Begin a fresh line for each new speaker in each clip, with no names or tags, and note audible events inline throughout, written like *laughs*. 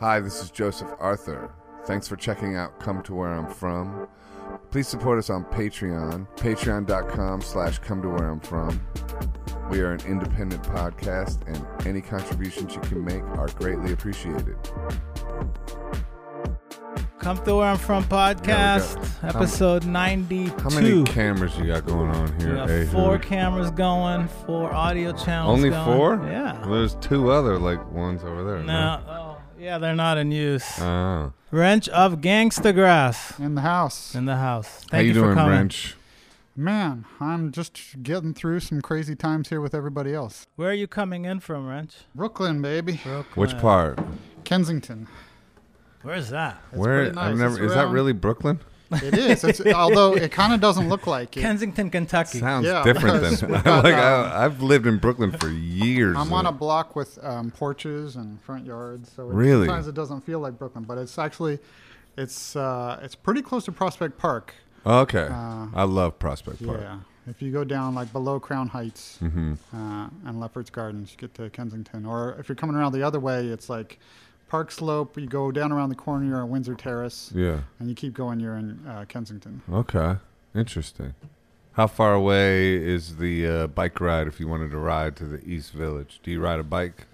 Hi, this is Joseph Arthur. Thanks for checking out Come to Where I'm From. Please support us on Patreon, patreon.com slash come to where I'm from. We are an independent podcast, and any contributions you can make are greatly appreciated.
Come to where I'm from podcast,
There we go.
episode 92.
How many cameras you got going on
we
here?
got
eh,
four
Hoot?
cameras going, four audio channels.
Only
going.
four? Well,
Yeah.
there's two other like ones over there.
No, oh, yeah, they're not in use.
no? Oh.
Wrench of Gangsta Grass
in the house.
in the house. Thank
How you,
for
doing,
coming.
Wrench?
Man, I'm just getting through some crazy times here with everybody else.
Where are you coming in from, Wrench?
Brooklyn, baby.
Which
Brooklyn.
part?
Kensington.
Where's that?
It's
Where?
pretty nice.
I've
It's
never. Is that
around-
really Brooklyn?
It is. It's, although it kind of doesn't look like it.
Kensington, Kentucky.
Sounds
Yeah,
different *laughs*
because
than
we've
like
got, um,
I, I've lived in Brooklyn for years.
I'm on a
and-
block with um, porches and front yards, so it,
Really?
sometimes it doesn't feel like Brooklyn, but it's actually, it's uh, it's pretty close to Prospect Park.
Okay,
uh,
I love Prospect Park.
Yeah. If you go down like below Crown Heights
hmm
uh, and Leopard's Gardens, you get to Kensington. Or if you're coming around the other way, it's like Park Slope. You go down around the corner, you're at Windsor Terrace.
Yeah.
and you keep going, you're in uh, Kensington.
Okay. Interesting. How far away is the uh, bike ride if you wanted to ride to the East Village? Do you ride a bike?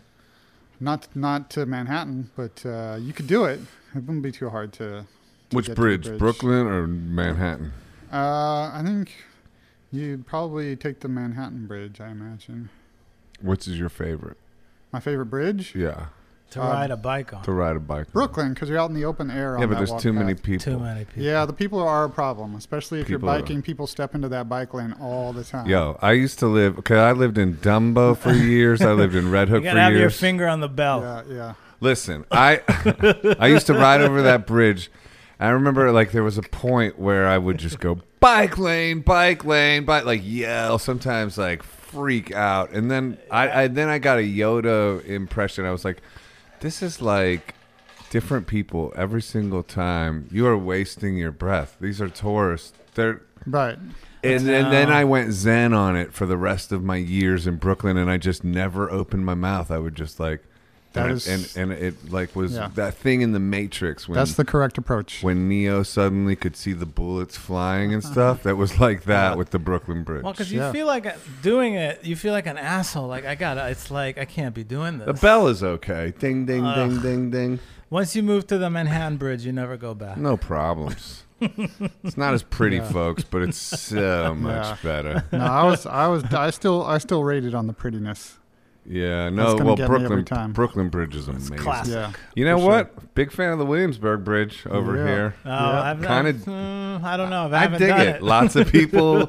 Not not to Manhattan, but uh, you could do it. It wouldn't be too hard to. to
Which
get to the
bridge, Brooklyn or Manhattan?
Uh, I think you'd probably take the Manhattan Bridge. I imagine.
Which is your favorite?
My favorite bridge,
Yeah,
to
um,
ride a bike on.
to ride a bike. on.
Brooklyn, because you're out in the open air.
Yeah,
on
but
that
there's
walk
too many
path.
people.
Too many people.
Yeah, the people are a problem, especially if
People
you're
are-
biking. People step into that bike lane all the time.
Yo, I used to live. Okay, I lived in Dumbo for years. I lived in Red
You
Hook for
gotta have
years.
your finger on the bell.
yeah, yeah.
Listen, I I used to ride over that bridge. I remember like there was a point where I would just go bike lane, bike lane, bike like yell, sometimes like freak out. And then I, I then I got a Yoda impression. I was like, this is like different people every single time. You are wasting your breath. These are tourists. They're
Right.
and, and then
No.
I went zen on it for the rest of my years in Brooklyn, and I just never opened my mouth. I would just like,
That
and,
is-
and and it like was
Yeah.
that thing in the Matrix when
That's the correct approach.
when Neo suddenly could see the bullets flying
Uh-huh.
and stuff. That was like that with the Brooklyn Bridge.
Well, because you
Yeah.
feel like uh, doing it, you feel like an asshole. Like I gotta, it's like I can't be doing this.
the bell is okay. Ding ding
Uh.
Ugh.
ding ding ding.
Once you move to the Manhattan Bridge, you never go back.
No problems. it's not as pretty,
Yeah.
folks, but it's so much
*laughs* Yeah.
better.
no, I was, I was, I still, I still rated on the prettiness.
Yeah.
That's
No.
gonna
Well,
get me every
Brooklyn
time.
Brooklyn Bridge is
It's
amazing.
classic.
Yeah.
You know
For sure.
what? Big fan of the Williamsburg Bridge over
Yeah.
here.
Oh,
Yeah.
I've,
Kinda-
I've- mm, I don't know. If I,
I
haven't
dig
done
it.
it.
Lots of
*laughs*
people.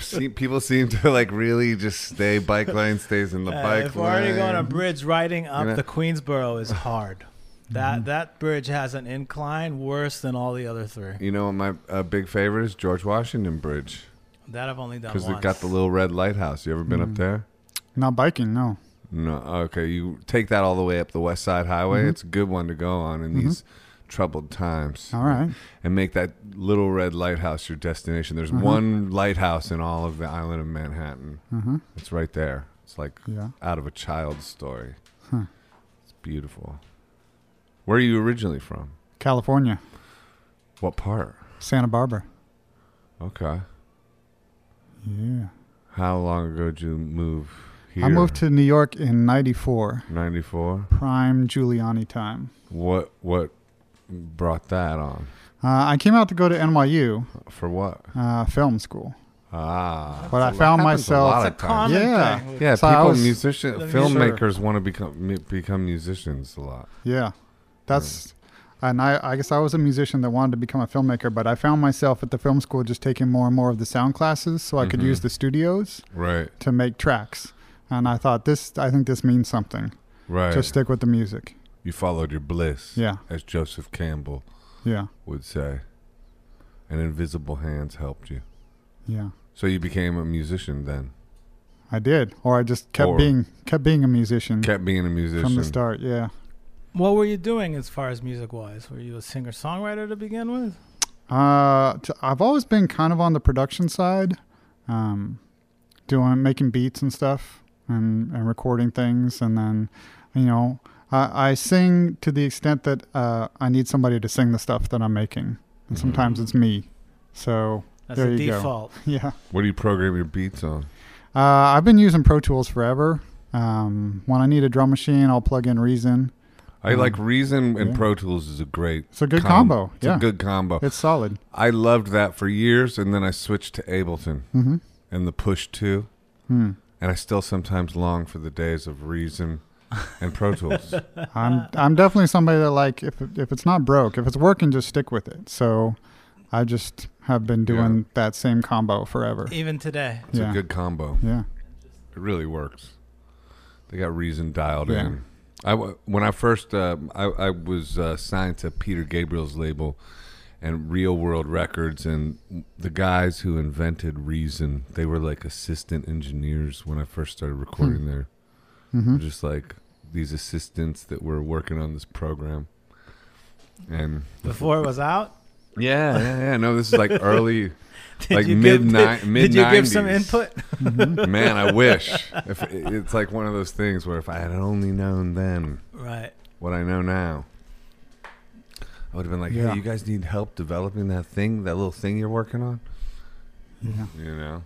see, people seem to like really just stay bike lane, stays in the
Uh,
bike
if we're already going a
lane.
bridge, riding up
know?
the Queensboro is hard.
Mm-hmm.
that that bridge has an incline worse than all the other three.
you know what my uh, big favorite is George Washington Bridge
That Mm-hmm. I've only done
because
once.
they've got the little red lighthouse. You ever been up there?
Not biking, no.
No. Okay, you take that all the way up the West Side Highway.
Mm-hmm.
It's a good one to go on in these troubled times.
Uh-huh.
All right.
and make that little red lighthouse your destination. There's
Uh-huh.
one lighthouse in all of the island of Manhattan. It's right there. It's like
Mm-hmm. Yeah.
out of a child's story.
Huh.
It's beautiful. Where are you originally from?
California,
What part?
Santa Barbara.
Okay.
Yeah.
How long ago did you move here?
I moved to New York in 94,
'94.
prime Giuliani time.
What what brought that on?
Uh, I came out to go to NYU
For what?
uh, film school.
Ah.
But
That's a
I
lot- happens
found
a
myself-
lot
It's a
of times.
common
Yeah.
thing.
Yeah,
So I
people,
was-
musicians,
The music-
filmmakers want to become mu- become musicians a lot.
Yeah. That's, and I, I guess I was a musician that wanted to become a filmmaker, but I found myself at the film school just taking more and more of the sound classes so I could
Mhm.
use the studios
Right,
to make tracks. And I thought, this, I think this means something.
right.
Just stick with the music.
you followed your bliss,
Yeah.
as Joseph Campbell
Yeah.
would say. And invisible hands helped you.
Yeah.
So you became a musician then.
I did. Or I just kept
Or-
being, kept being a musician
Kept being a musician.
from the start. Yeah.
What were you doing as far as music wise? Were you a singer songwriter to begin with?
Uh, t- I've always been kind of on the production side, um, doing making beats and stuff, and and recording things, and then, you know, I, I sing to the extent that uh, I need somebody to sing the stuff that I'm making,
Mm-hmm.
and sometimes it's me. So *laughs*
That's
There
the
you go.
default.
yeah,
What do you program your beats on?
uh, I've been using Pro Tools forever. Um, when I need a drum machine, I'll plug in Reason.
I
Um,
like Reason and
yeah.
Pro Tools is a great
It's a good
com-
combo.
It's
yeah,
a good combo.
it's solid.
I loved that for years, and then I switched to Ableton
Mm-hmm.
and the Push Two,
Hmm.
and I still sometimes long for the days of Reason and Pro Tools.
I'm I'm definitely somebody that like if if it's not broke, if it's working, just stick with it. So I just have been doing that same combo forever.
Even today.
It's
yeah.
a good combo.
yeah.
It really works. They got Reason dialed
Yeah.
in. I w- when I first uh, I, I was uh, signed to Peter Gabriel's label and Real World Records, and the guys who invented Reason, they were like assistant engineers when I first started recording there.
hmm
*laughs* We're just like these assistants that were working on this program. And
Before it was out, *laughs*
yeah, yeah, yeah. No, this is *laughs* like early.
did
Like
you
mid-ni-
give, *laughs* did, did you give some
mid-nineties.
input? *laughs*
Mm-hmm.
Man, I wish. If, it's like one of those things where if I had only known then
Right.
what I know now, I would have been like,
Yeah.
hey, you guys need help developing that thing, that little thing you're working on?
Yeah.
You know?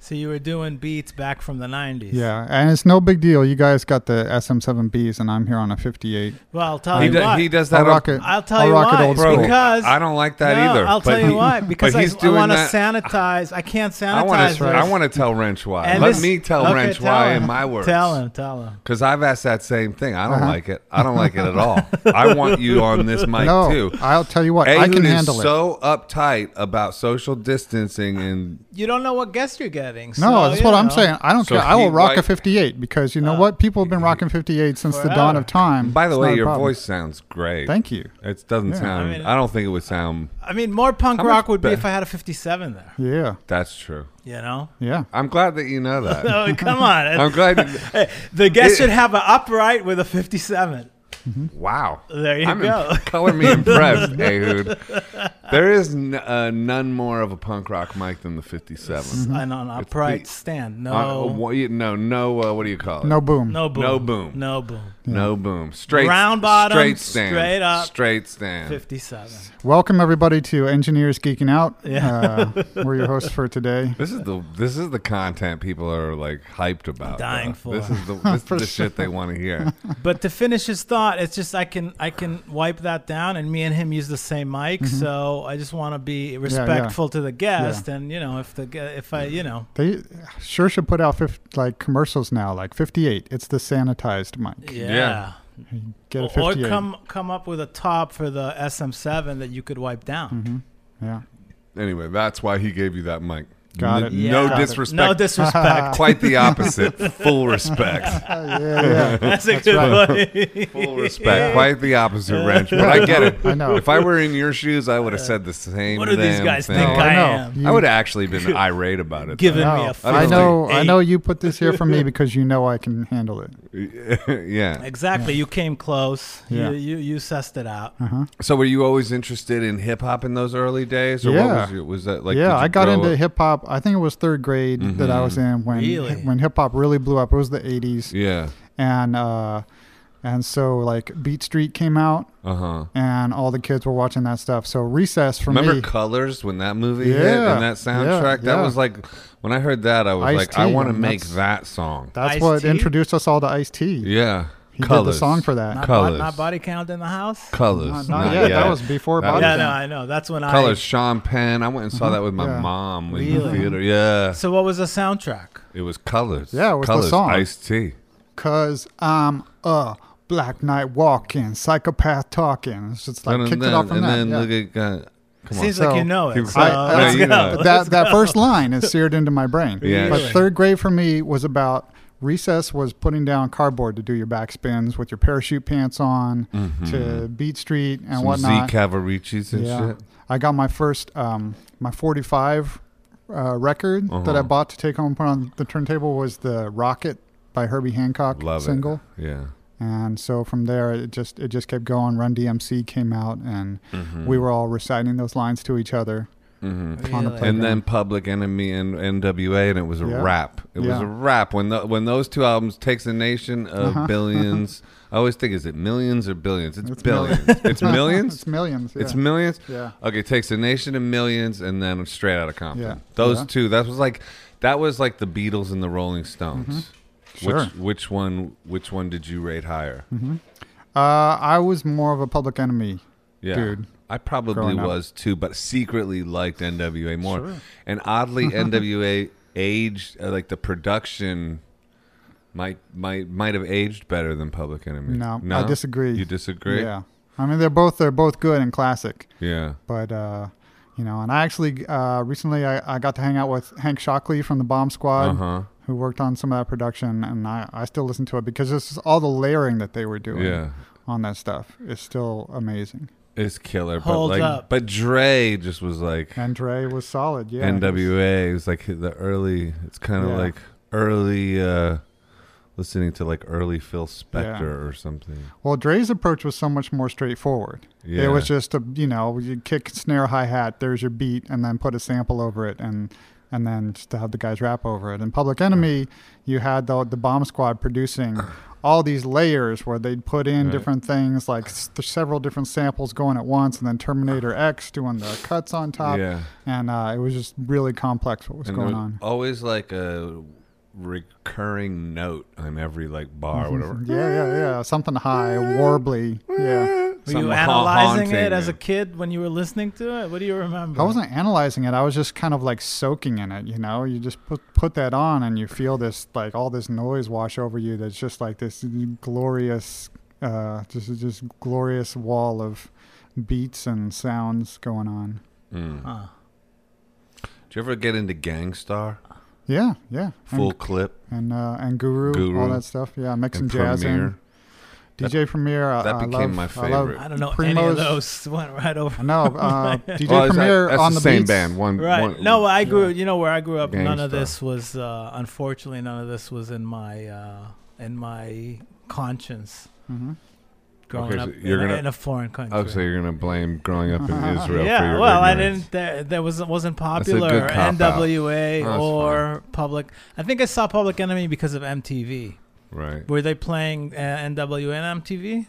So you were doing beats back from the 90s.
Yeah, and it's no big deal. You guys got the SM7Bs, and I'm here on a 58.
Well, I'll tell
he,
you
do-
why.
he does
I'll
that. on-
rock it.
I'll tell
I'll
you
rock it
why.
old
Bro,
school.
because
I don't like that
no,
either.
I'll
but
tell you
he-
why. Because I,
he's
I
doing
want to
that-
sanitize. I can't
I
sanitize.
want to.
this.
I want to tell Wrench why.
And
Let
this-
me tell
okay,
Wrench
tell
why
him.
in my words.
Tell him. Tell him.
Because I've asked that same thing. I don't
Uh-huh.
like it. I don't like it at all. I want you on
*laughs*
this mic
no,
too.
I'll tell you what, I
Ahud
can
is
handle it.
so uptight about social distancing, and
You don't know what guest you're getting.
No,
so,
that's
you
what I'm
know.
saying. I don't
So
care. I will
he
rock a
like-
58 because you know what? People have been rocking 58 since the dawn of
Forever.
time.
by the
It's
way,
not a
your
problem.
voice sounds great.
Thank you.
It doesn't
Yeah.
sound. I,
I mean-
don't think it would sound.
I mean, more punk
How
rock
much
would be
be-
if I had a 57 there.
Yeah,
That's true.
You *laughs* know.
yeah.
I'm glad that you know
*laughs*
that.
No, Oh, come on.
I'm glad. you-
Hey, the guest
It-
should have an upright with a 57.
wow.
There you
I'm
go.
imp- *laughs* color
*laughs*
me impressed, Ahud. There is n- uh, none more of a punk rock mic than the 57.
And on upright
the-
stand.
Uh,
No.
wha- you- no, no. Uh, what do you call it?
No boom.
no boom.
no boom.
No boom.
No boom. Straight
Round bottom,
Straight stand.
straight up.
Straight stand.
57.
Welcome everybody to Engineers Geeking Out.
Yeah.
Uh, we're your hosts for today.
This is the this is the content people are like hyped about.
Dying
though.
for.
This is
*laughs*
the this is the shit they want to hear.
But to finish his thought, it's just I can I can wipe that down, and me and him use the same mic,
Mm-hmm.
so I just want to be respectful to the guest, and you know if the gue- if I you know
They sure should put out 50, like commercials now, like 58. It's the sanitized mic.
yeah,
Get a
or
58.
come come up with a top for the SM7 that you could wipe down. *laughs*
Mm-hmm. yeah.
Anyway, that's why he gave you that mic. N-
Got it.
Yeah.
No
Got it.
disrespect.
No
*laughs*
disrespect.
Quite
*laughs*
the opposite. Full respect.
Uh, yeah, yeah.
That's a good one.
Full respect.
*laughs*
Quite the opposite, Wrench. But I get it.
I know.
If I were in your shoes, I would have said the same.
What do these
damn
guys
thing.
think
I
I
know.
am?
You-
I would have actually
*laughs*
been irate about it.
Giving
No.
me a
I
don't
know.
think-
I know you put this here for me because you know I can handle it.
though. *laughs* yeah.
Exactly. You came close.
Yeah. Uh-huh.
You, you you sussed it out.
So were you always interested in hip hop in those early days, or what
Yeah.
was, your, was that like? did
yeah,
you
I got
grow Mm-hmm.
into
up-
hip hop. I think it was third grade that I was in when
Really?
when hip hop really blew up. It was the '80s,
Yeah.
and uh, and so like Beat Street came out,
Uh huh.
and all the kids were watching that stuff. So recess for
Remember
me.
Colors when that movie hit
Yeah,
and that soundtrack?
yeah,
That
yeah.
was like when I heard that, I was
Ice-T,
like, I want to
and
make
that's-
that song.
That's
Ice-T?
what introduced us all to Ice T.
yeah,
He did the
Colors.
song for that.
Not,
Colours.
bo- not body count in the house.
Colors.
Not, not yet. That was before
That
Body
was-
yeah,
Count.
no, I know. That's when
Colors. Sean Penn. I went and saw that with my
Uh-huh. Yeah.
mom in the
Really?
theater. Yeah,
I. So what was the soundtrack?
it was Colors.
Yeah, it was the
Colors.
song.
Ice T.
Cause I'm a black knight walking, psychopath talking. It's just like
and
kicked
then,
it off from
and
that.
then
yeah.
look at. Uh, come on.
Seems like
So-
you know
Keep-
it. So
I-
I-
let's
no, Uh, you know
go.
it.
*laughs*
that that first line is seared into my brain.
*laughs* Yeah.
But
Really?
third grade for me was about recess was putting down cardboard to do your back spins with your parachute pants on to Beat Street and
Mm-hmm. Some Z
whatnot.
Cavaricis and
yeah,
shit.
I got my first um, my 45 uh, record that I
Uh-huh.
bought to take home and put on the turntable was the Rocket by Herbie Hancock
Love
single.
it. Yeah.
And so from there, it just
Mm.
it just kept going. Run DMC came out, and we were all reciting those lines to each other.
Mm-hmm.
on the
Really?
playground.
and then Public Enemy and NWA, and it was a
Yeah.
rap. It was
Yeah. Uh-huh.
a rap when the, when those two albums takes a nation of
*laughs*
billions. I always think, is it millions or billions? It's,
It's
billions. *laughs* it's millions.
*laughs* it's millions. Yeah.
It's millions.
yeah.
Okay, takes a nation of millions, and then straight out of Compton.
Yeah.
Those
Yeah.
two. That was like that was like the Beatles and the Rolling Stones.
Mm-hmm. Sure.
Which which one which one did you rate higher?
Uh, I was more of a public enemy.
Yeah.
Dude.
I probably
Growing up.
was too, but secretly liked NWA more.
Sure.
And
*laughs*
oddly, NWA aged uh, like the production might might might have aged better than Public Enemy.
No, I disagree.
You disagree?
Yeah. I mean, they're both they're both good and classic,
Yeah.
but uh, you know, and I actually uh, recently I, I got to hang out with Hank Shockley from the Bomb Squad,
Uh huh.
who worked on some of that production, and I, I still listen to it because this is all the layering that they were doing
Yeah.
on that stuff is still amazing.
It's killer.
Holds
but like,
up.
but Dre just was like
And Dre was solid. Yeah.
NWA. It was like the early. It's kind of
Yeah.
like early. uh Listening to like early Phil Spector or something.
Well, Dre's approach was so much more straightforward.
Yeah.
It was just a you know you kick snare hi hat. There's your beat, and then put a sample over it, and and then just to have the guys rap over it. In Public Enemy, you had the the Bomb Squad
*clears throat*
producing all these layers where they'd put in
Right.
different things like s- there's several different samples going at once, and then
*clears throat*
Terminator X doing the cuts on top,
yeah.
and uh, it was just really complex what was
And
going
there was
on.
Always like a recurring note on every like bar or whatever. Eh,
Yeah, yeah, yeah. Something high, warbly. Mm-hmm. *laughs* Yeah.
Were
Something
you
ha-
analyzing
haunting
it as a
you.
kid when you were listening to it? What do you remember?
I wasn't analyzing it. I was just kind of like soaking in it. You know, you just put put that on, and you feel this like all this noise wash over you. That's just like this glorious, uh, just just glorious wall of beats and sounds going on.
Mm.
Uh.
Huh.
Did you ever get into Gangstar?
Yeah, yeah.
Full clip
and and, uh, and Guru, all
Guru.
that stuff. Yeah, mixing
and
jazz
premiere.
in DJ Premier. I,
that
I
became
love-
my
I love-
favorite.
I don't know any
Primo's-
of those. *laughs* Went right over.
No,
*laughs*
uh, DJ
Well, it's-
Premier
that's
on
the,
the,
same
beats.
band. One,
Right.
one-
no, I grew. You know where I grew up. None
Gangsta.
of this was. Uh, unfortunately, none of this was in my uh, in my conscience.
hmm
Growing
Okay, so
up
you're
in, a,
gonna-
in a foreign country.
Oh, so you're gonna blame growing up
*laughs*
in Israel? for
yeah.
your
Well, I
ignorance.
didn't. There, there was wasn't
a good
popular.
cop-out.
NWA
Oh, that's
or public. I think I saw Public Enemy because of MTV.
Right.
Were they playing uh, NWA on MTV?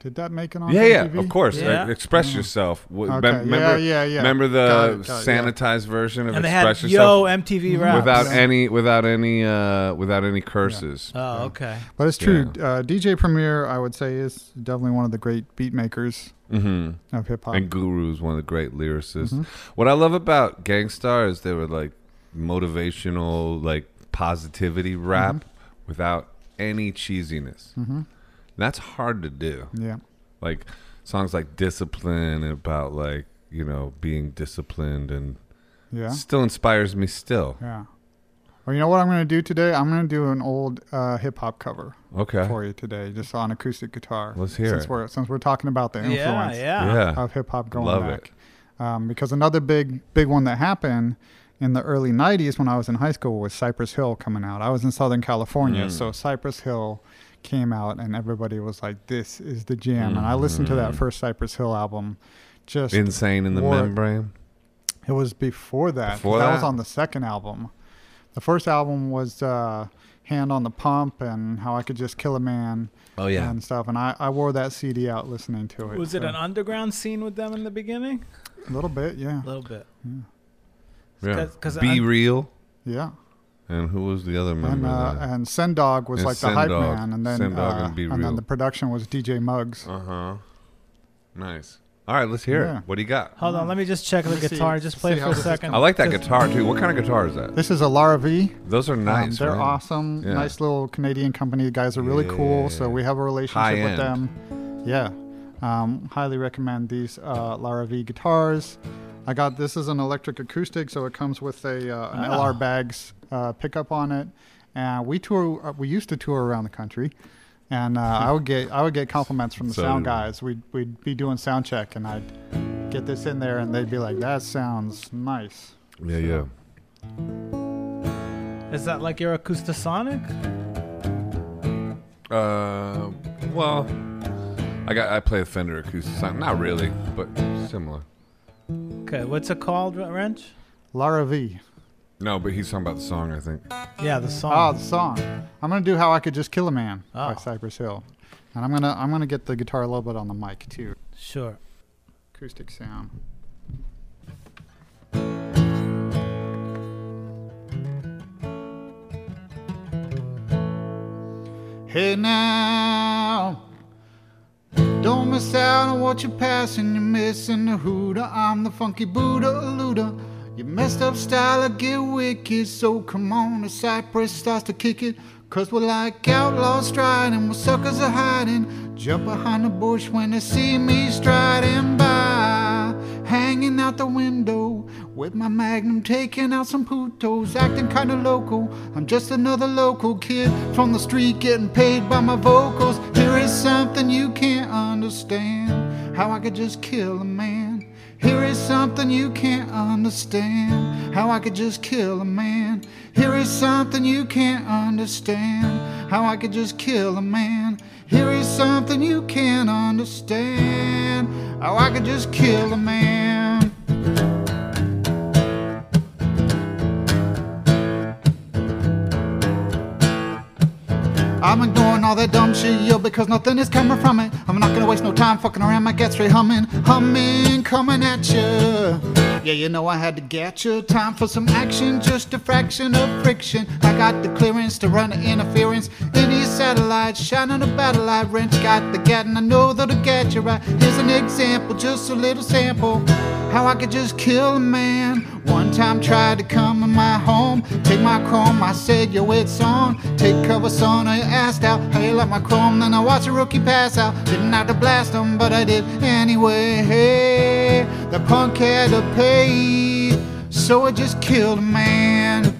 Did that make it on?
Yeah, yeah.
MTV?
Of course. Uh,
Yeah.
express
Mm.
yourself. W-
Okay.
mem- remember,
yeah, yeah, yeah.
remember
Got
the
it, got it, yeah.
sanitized version of
and they had
express
Yo
yourself
MTV
Mhm.
Raps.
without
Yeah.
any without any uh, without any curses.
Oh, okay.
But it's true. Uh, DJ Premier, I would say, is definitely one of the great beat makers
hmm
of hip hop.
And Guru's one of the great lyricists.
Mhm.
What I love about Gangstar is they were like motivational, like positivity rap
Mm-hmm.
without any cheesiness.
Mhm.
That's hard to do.
Yeah,
Like songs like Discipline and about like, you know, being disciplined and
yeah,
still inspires me still.
yeah. Well, you know what I'm going to do today? I'm going to do an old uh, hip hop cover
Okay.
for you today, just on acoustic guitar.
Let's hear
since
it.
We're, since we're talking about the
Yeah,
influence
yeah.
Yeah.
of hip hop going
Love
back, um, because another big, big one that happened in the early '90s when I was in high school was Cypress Hill coming out. I was in Southern California,
Mm.
so Cypress Hill came out, and everybody was like, "This is the jam." And I listened to that
Mhm.
first Cypress Hill album. Just
Insane in the
War-
membrane.
It was before that. 'cause
Before
that.
that?
was on the second album. The first album was uh, Hand on the Pump and How I Could Just Kill a Man
Oh yeah.
and stuff. And I, I wore that CD out listening to it.
Was it
so-
an underground scene with them in the beginning?
A little bit, yeah.
A little bit.
yeah.
'Cause- 'cause
Be
I-
real.
Yeah.
And who was the other
And,
member?
uh,
Uh
and Sendog was
And
like the hype
Sendog.
man. And then,
Sendog
uh,
and Be
then
Real.
the production was DJ Muggs.
Uh-huh.
huh. Nice. All right, let's hear
uh, Yeah.
it. What do you got?
Hold on, let me just check
Let me
the
see-
guitar. Just
see
play for
how
a
this is
second.
Mm. I like that
Just-
guitar too. What kind of guitar is that?
This is a Lara V.
Those are nice.
Um, they're
right?
awesome.
Yeah.
Nice little Canadian company. The guys are really
Yeah,
cool.
yeah,
So
yeah.
we have a relationship
High end.
with them. Yeah. Um, highly recommend these uh, Lara V guitars. I got this is an electric acoustic, so it comes with a uh, an
Ah.
LR bags uh, pickup on it. And we tour. Uh, we used to tour around the country, and uh, I would get I would get compliments from
*laughs*
the
So
sound
did we.
guys. We'd we'd be doing sound check, and I'd get this in there, and they'd be like, "That sounds nice."
Yeah, yeah.
Is that like your acoustasonic?
Uh, well, I got I play a Fender acoustic song. Not really, but similar.
Okay, what's it called, Wrench?
Lara V.
No, but he's talking about the song, I think.
Yeah, the
Oh,
song.
the song. I'm gonna do "How I Could Just Kill a Man" by
Oh.
Cypress Hill, and I'm gonna I'm gonna get the guitar a little bit on the mic too,
Sure.
acoustic sound. Hey now, don't miss out on what you're passing. You're missing the hooter. I'm the funky Buddha eluder. Your messed up style, I get wicked. So come on, the cypress starts to kick it. Cause we're like outlaws striding, we're suckers are hiding. Jump behind the bush when they see me striding by. Hanging out the window with my magnum, taking out some putos, acting kinda local. I'm just another local kid from the street, getting paid by my vocals. Here is something you can't understand how I could just kill a man. Here is something you can't understand how I could just kill a man. Here is something you can't understand how I could just kill a man. Here is something you can't understand how I could just kill a man. I'm ignoring all that dumb shit, yo, because nothing is coming from it. I'm not gonna waste no time fucking around my get straight humming, humming, coming at ya. Yeah, you know I had to get ya. Time for some action, just a fraction of friction. I got the clearance to run the interference. Any satellite, shining a battle light wrench. Got the gat, and I know that will get you right. Here's an example, just a little sample. How I could just kill a man. One time tried to come in my home, take my chrome. I said, Yo, it's on. Take cover, son, or your ass out. How you like my chrome? Then I watched a rookie pass out. Didn't have to blast him, but I did anyway. Hey, the punk had to pay, so I just killed a man.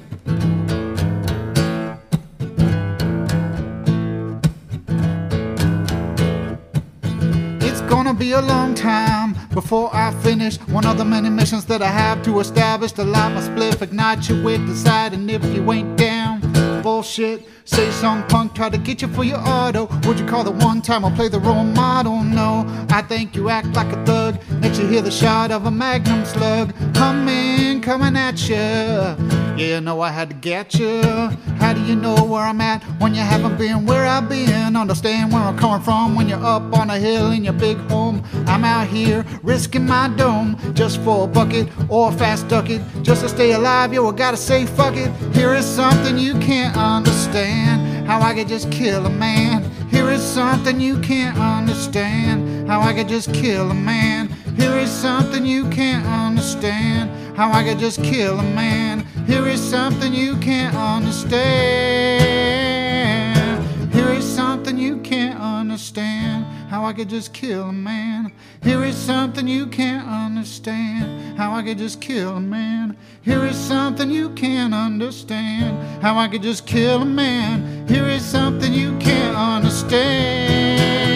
It's gonna be a long time before I finish one of the many missions that I have to establish. To light my spliff, ignite your wit, decide, and if you ain't down, bullshit. Say some punk, try to get you for your auto. Would you call the one time I play the role model? No, I think you act like a thug. Next you hear the shot of a magnum slug coming, coming at you. Yeah, you know I had to get you. How do you know where I'm at when you haven't been where I've been? Understand where I'm coming from when you're up on a hill in your big home. I'm out here risking my dome just for a bucket or a fast ducket. Just to stay alive, yo, I gotta say fuck it. Here is something you can't understand. How I could just kill a man. Here is something you can't understand. How I could just kill a man. Here is something you can't understand. How I could just kill a man. Here is something you can't understand. Here is something you can't understand. How I could just kill a man. Here is something you can't understand. How I could just kill a man. Here is something you can't understand. How I could just kill a man. Here is something you can't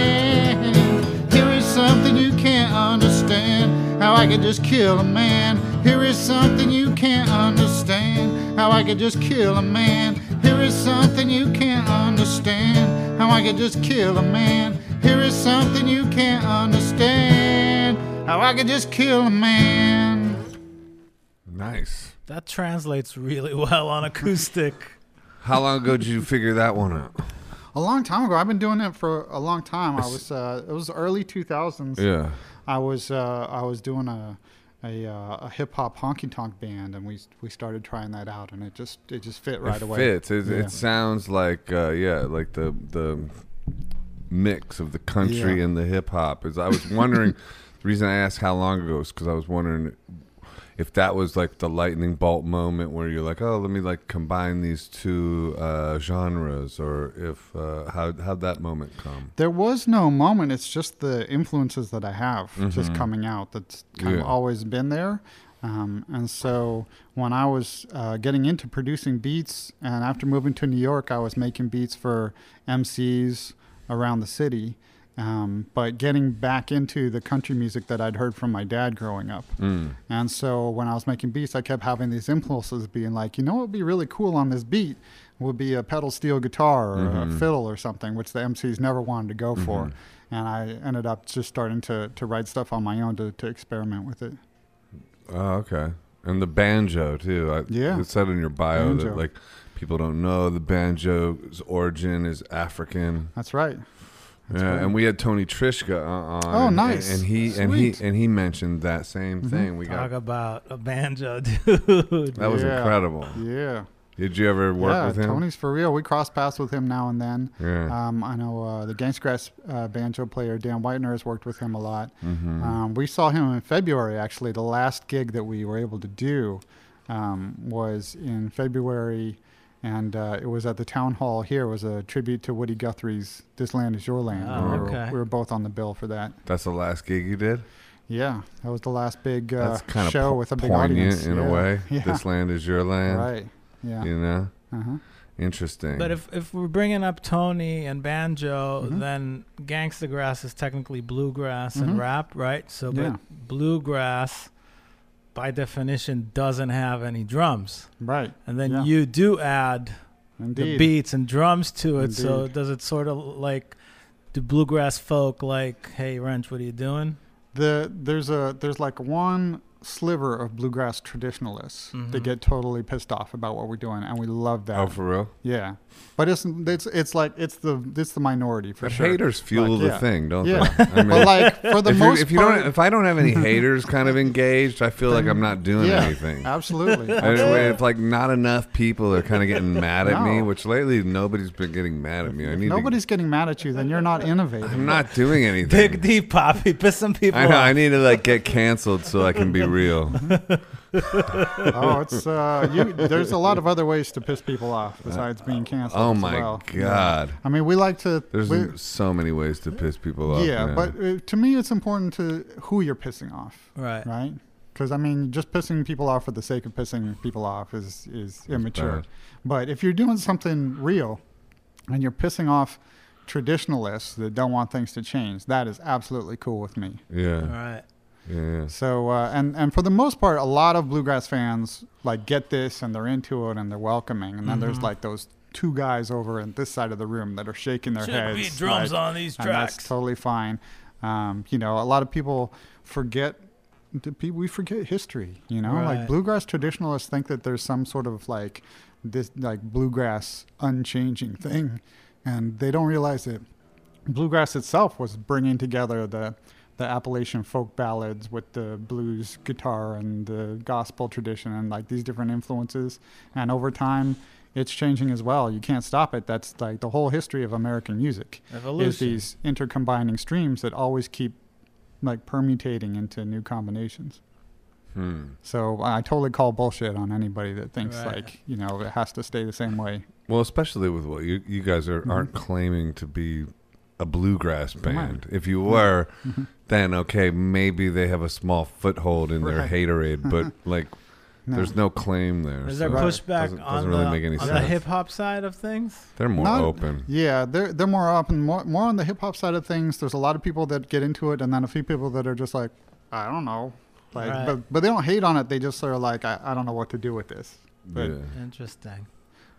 understand. Here is something you can't understand. How I could just kill a man. Here is something you can't understand. How I could just kill a man. Here is something you can't understand. How I could just kill a man. Here is something you can't understand. How I could just kill a man.
Nice.
That translates really *laughs* well on acoustic.
How long ago did you figure that one out?
A long time ago, I've been doing it for a long time. I was, uh, it was early 2000s.
Yeah.
I was uh, I was doing a a, uh, a hip hop honky tonk band, and we we started trying that out, and it just it just fit right
it
away.
fits. It,
Yeah.
it sounds like uh, yeah, like the the mix of the country
Yeah.
and the hip hop. Is I was wondering
*laughs*
the reason I asked how long ago is because I was wondering if that was like the lightning bolt moment where you're like, oh, let me like combine these two uh, genres, or if uh, how how'd that moment come?
There was no moment. It's just the influences that I have just coming out. That's kind
Yeah.
of always been there. Um, and so when I was uh, getting into producing beats, and after moving to New York, I was making beats for MCs around the city. Um, but getting back into the country music that I'd heard from my dad growing up. And so when I was making beats, I kept having these impulses being like, you know what would be really cool on this beat would be a pedal steel guitar or
Mm-hmm.
a fiddle or something, which the MCs never wanted to go for. And I ended up just starting to, to write stuff on my own to, to experiment with it.
Oh, okay. And the banjo too. I,
Yeah.
It said in your bio that
Banjo.
like people don't know the banjo's origin is African.
That's right.
yeah,
right.
and we had Tony Trishka uh, on.
Oh,
and-
nice.
And, he and he
Sweet. Mm-hmm.
and he mentioned that same thing. We
Talk
got
about a banjo, *laughs* dude.
that was
Yeah.
incredible.
Yeah.
Did you ever work
yeah,
with him?
Tony's for real. We cross paths with him now and then.
Yeah.
Um, I know uh, the Gangstgrass uh, banjo player Dan Whitener has worked with him a lot.
hmm
Um, we saw him in February, actually. The last gig that we were able to do um, was in February, and uh, it was at the town hall here. It was a tribute to Woody Guthrie's This Land Is Your Land.
Oh,
we, were,
okay.
we were both on the bill for that.
That's the last gig you did.
Yeah, that was the last big uh,
That's kind of
show with a big
poignant
audience.
in
yeah.
a way.
*laughs* Yeah.
This land is your land.
Right. Yeah.
You know,
Uh-huh.
interesting.
But if, if we're bringing up Tony and banjo,
Mm-hmm.
Mhm.
then gangsta grass is technically bluegrass
Mhm.
Mm-hmm.
and rap, right? So, but
Yeah.
bluegrass, by definition, doesn't have any drums.
Right.
And then
Yeah.
you do add the
Indeed.
beats and drums to it. So,
Indeed.
does it sort of like do bluegrass folk like, hey, Wrench, what are you
*laughs*
doing?
the there's a there's like one sliver of bluegrass traditionalists that
Mm-hmm.
Mhm.
get totally pissed off about what we're doing, and we love that.
oh, for real?
yeah, but it's it's it's like it's the it's the minority for
But
sure.
haters fuel
Like,
the
yeah.
thing, don't
Yeah. *laughs*
they? I mean, *laughs*
But like for the
if, you,
most
if you
part,
don't, if I don't have
*laughs*
any haters kind of engaged, I feel like
Then-
I'm not doing
yeah.
anything. *laughs*
absolutely,
And
absolutely.
if like not enough people are kind of
*laughs*
getting mad at me,
No.
which lately nobody's been getting mad at me. I
If
need.
nobody's getting mad at you, then you're not
To,
innovative.
I'm not
*laughs*
doing
Dig
anything.
deep, Poppy. Piss some people
I know.
off.
I need to like get canceled so I can
*laughs*
be real.
oh, it's uh, you. There's a lot of other ways to piss people off besides being canceled.
Oh
as
my
well.
god.
I mean, we like to.
There's
we-
so many ways to piss people off.
yeah,
man.
but uh, to me, it's important to who you're pissing off.
Right.
right? Because I mean, just pissing people off for the sake of pissing people off is is immature.
bad.
But if you're doing something real, and you're pissing off traditionalists that don't want things to change, that is absolutely cool with me.
All
yeah,
right.
yeah.
So uh, and and for the most part, a lot of bluegrass fans like get this and they're into it and they're welcoming. And then there's
Mhm.
like those two guys over on this side of the room that are shaking their
Should
heads.
be drums
like,
on these
and that's
tracks.
totally fine. Um, you know, a lot of people forget. the pe- We forget history. You know,
Right.
like bluegrass traditionalists think that there's some sort of like this like bluegrass unchanging thing, and they don't realize that bluegrass itself was bringing together the the Appalachian folk ballads with the blues guitar and the gospel tradition and like these different influences. And over time, it's changing as well. You can't stop it. That's like the whole history of American music is
Evolution.
these intercombining streams that always keep like permutating into new combinations.
Hmm.
So I totally call bullshit on anybody that thinks
Right.
like you know it has to stay the same way. *laughs*
Well, especially with what you you guys are, aren't claiming to be a bluegrass
Mm-hmm. Come on.
band. If you were, then okay, maybe they have a small foothold in their
Right.
haterade,
*laughs*
but like
No.
there's no claim there. so
Is there
Right.
pushback
doesn't,
on,
doesn't really
the,
make any
on
sense.
the hip hop side of things?
They're more
Not-
open.
Yeah, they're they're more open, more more on the hip hop side of things. There's a lot of people that get into it, and then a few people that are just like, I don't know, like,
Right.
but but they don't hate on it. They just are like, I, I don't know what to do with this. But-
Yeah.
Interesting.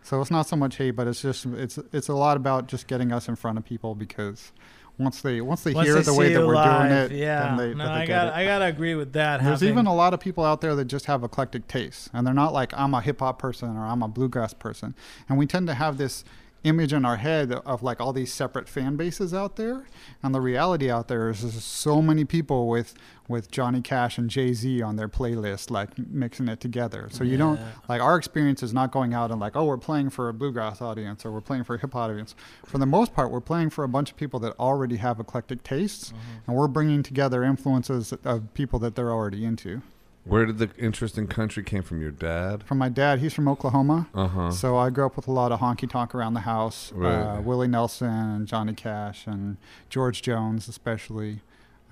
So it's not so much hate, but it's just it's it's a lot about just getting us in front of people because once they once they
Once
hear
they
the
see
way that
you
we're
live,
doing it,
yeah.
then they,
no,
then they
I
get
got
it.
I gotta agree with that.
There's
having-
even a lot of people out there that just have eclectic tastes, and they're not like I'm a hip hop person or I'm a bluegrass person, and we tend to have this image in our head of like all these separate fan bases out there, and the reality out there is there's so many people with with Johnny Cash and Jay Z on their playlist, like mixing it together. So you don't oh
Yeah.
like our experience is not going out and like oh we're playing for a bluegrass audience or we're playing for a hip hop audience. For the most part, we're playing for a bunch of people that already have eclectic tastes. And we're bringing together influences of people that they're already into.
Where did the interest in country came from? Your dad?
From my dad, he's from Oklahoma.
Uh huh.
So I grew up with a lot of honky tonk around the house.
Right.
Uh, Willie Nelson and Johnny Cash and George Jones, especially.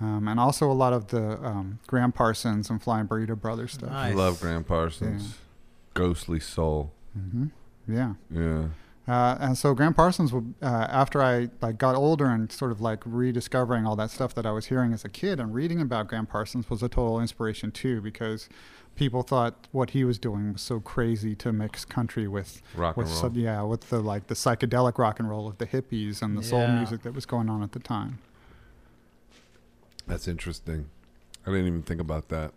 Um, and also a lot of the um, Graham Parsons and Flying Burrito Brothers stuff.
I
Nice.
love Graham Parsons. Ghostly soul.
hmm Yeah.
Yeah.
Uh, and so Graham Parsons, would, uh, after I like got older and sort of like rediscovering all that stuff that I was hearing as a kid and reading about Graham Parsons was a total inspiration too, because people thought what he was doing was so crazy to mix country with,
Rock
with
and roll.
sub- yeah, with the like the psychedelic rock and roll of the hippies and the soul
Yeah.
music that was going on at the time. Mm-hmm.
That's interesting. I didn't even think about that.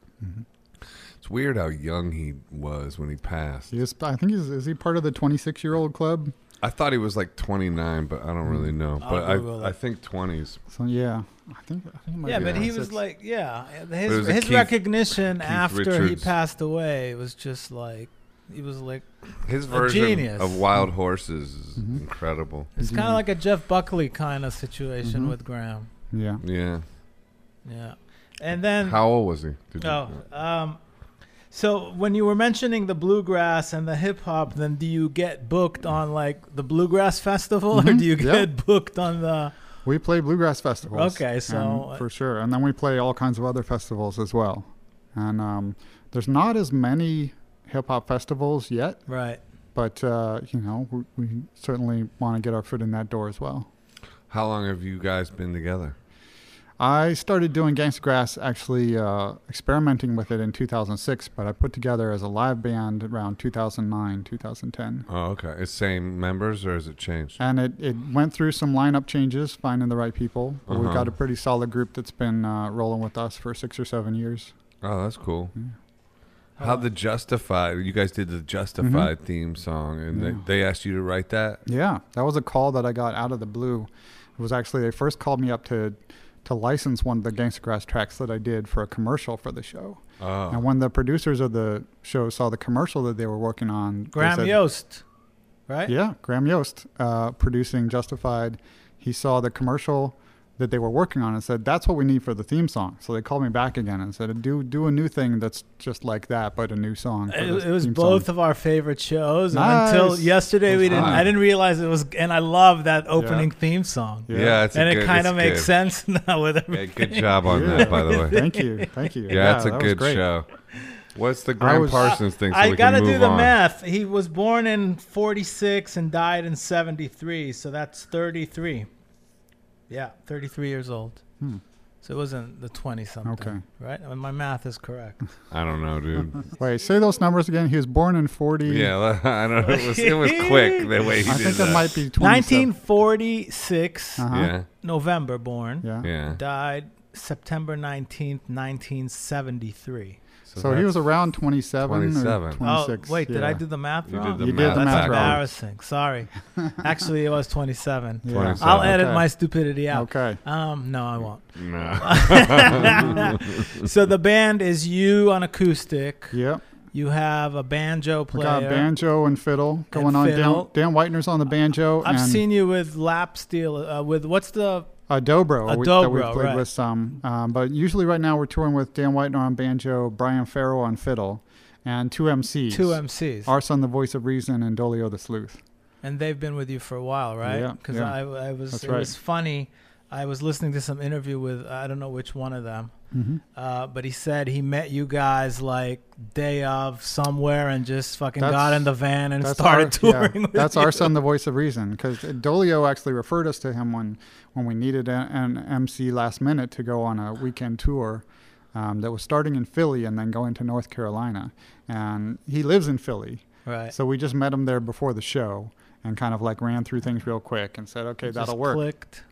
It's It's weird how young he was when he passed.
He is, I think he's is he part of the 26 year old club?
I thought he was like 29, but I
Mm-hmm.
don't really know.
I'll
but
Google
I,
it.
I think 20s.
So yeah, I think I think it might
Yeah,
be
but he
26.
was like, yeah,
it
his
was a
his
Keith-
recognition
Keith
after he
Richards.
passed away was just like he was like
His
A
version
genius.
of Wild Horses is
Mhm.
incredible.
it's
Mhm.
kind of like a Jeff Buckley kind of situation
Mhm.
with Graham.
yeah.
Yeah.
Yeah, and then
How old was he? Did you-
oh, um, so when you were mentioning the bluegrass and the hip hop, then do you get booked on like the bluegrass festival, or
Mm-hmm.
Mhm.
do you
Yeah.
get booked on the?
We play bluegrass festivals.
Okay, so- uh,
and for sure, and then we play all kinds of other festivals as well. And um, there's not as many hip hop festivals yet,
Right.
but uh, you know we, we certainly want to get our foot in that door as well.
How long have you guys been together?
I started doing Gangsta Grass actually uh, experimenting with it in 2006, but I put together as a live band around 2009, 2010.
Oh, okay. It's same members or has it changed?
And it, it went through some lineup changes, finding the right people. But We've
Uh-huh.
got a pretty solid group that's been uh, rolling with us for six or seven years.
Oh, that's cool.
Yeah.
How
um,
the Justify? You guys did the Justify
Mm-hmm.
theme song, and
Yeah.
they, they asked you to write that.
Yeah, that was a call that I got out of the blue. It was actually they first called me up to to license one of the Gangsta Grass tracks that I did for a commercial for the show. And
Oh,
when the producers of the show saw the commercial that they were working on, they
Graham
said-
Yost, right?
Yeah, Graham Yost, uh, producing Justified. He saw the commercial that they were working on and said, "That's what we need for the theme song." So they called me back again and said, "Do do a new thing that's just like that, but a new song." for this
It, it was
theme
both
song."
of our favorite shows and
Nice.
until yesterday. We didn't.
Wow.
I didn't realize it was, and I love that opening theme song.
yeah. it's a
and
good-
it kind
it's
of makes
good.
sense *laughs* now with everything.
Yeah, good job on
*laughs* Yeah.
that, by the way.
Thank you, thank you.
Yeah, that's a
that was
good
great.
show. What's the Graham
was-
Parsons thing? So
I
we
gotta
can move
do the
on.
math. He was born in '46 and died in '73, so that's 33. Yeah, 33 years old.
Hmm.
So it wasn't the 20 something,
Okay.
right? I mean, my math is
*laughs*
correct.
I don't know, dude.
Wait, say those numbers again. He was born in forty.
yeah, *laughs* I don't know. It was, it was quick the way he
I
did
think
that.
it might be 27.
1946,
Uh-huh.
Yeah,
November born,
Yeah.
yeah.
died September 19th, 1973.
So,
So, he was around 27,
27.
or 26.
oh, wait, did I
yeah.
do the math
You did
wrong?
the
You did math the math
That's
wrong.
embarrassing.
*laughs*
Sorry. Actually, it was 27.
Yeah.
27.
I'll edit
Okay.
my stupidity out.
Okay.
Um, no, I won't.
Nah.
*laughs* so the band is you on acoustic.
Yeah.
You have a banjo
We
player.
got banjo and fiddle going on.
fiddle.
Dan, Dan Whitener's on the banjo.
I've
and
seen you with lap steel. Uh, with what's the
a dobro,
A
we- that we've
dobro,
played
right.
with some. Um, but usually, right now, we're touring with Dan Whitener on banjo, Brian Farrell on fiddle, and two MCs.
two MCs?
Our son, the voice of reason, and Dolio the sleuth.
and they've been with you for a while, right?
Yeah,
Because
yeah.
I, I was
That's
it
right.
was funny. I was listening to some interview with I don't know which one of them,
Mhm.
uh, but he said he met you guys like day of somewhere and just fucking
That's-
got in the van and
That's
started
our-
*laughs*
yeah,
touring. with
that's
you.
our son, the voice of reason, because Dolio actually referred us to him when when we needed a, an MC last minute to go on a weekend tour. Um, that was starting in Philly and then going to North Carolina. And he lives in Philly.
right.
So we just met him there before the show and kind of like ran through things real quick and said, okay,
Just
that'll work.
Clicked.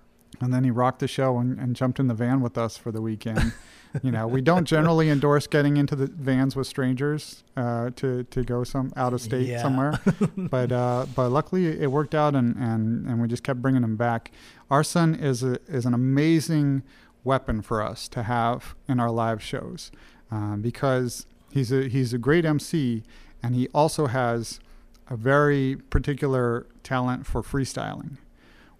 And then he rocked the show and, and jumped in the van with us for the weekend. you know, we don't generally endorse getting into the vans with strangers uh, to, to go some out of state
Yeah.
somewhere. but uh, but luckily it worked out and, and, and we just kept bringing him back. Our son is, a, is an amazing weapon for us to have in our live shows um, because he's a, he's a great MC and he also has a very particular talent for freestyling,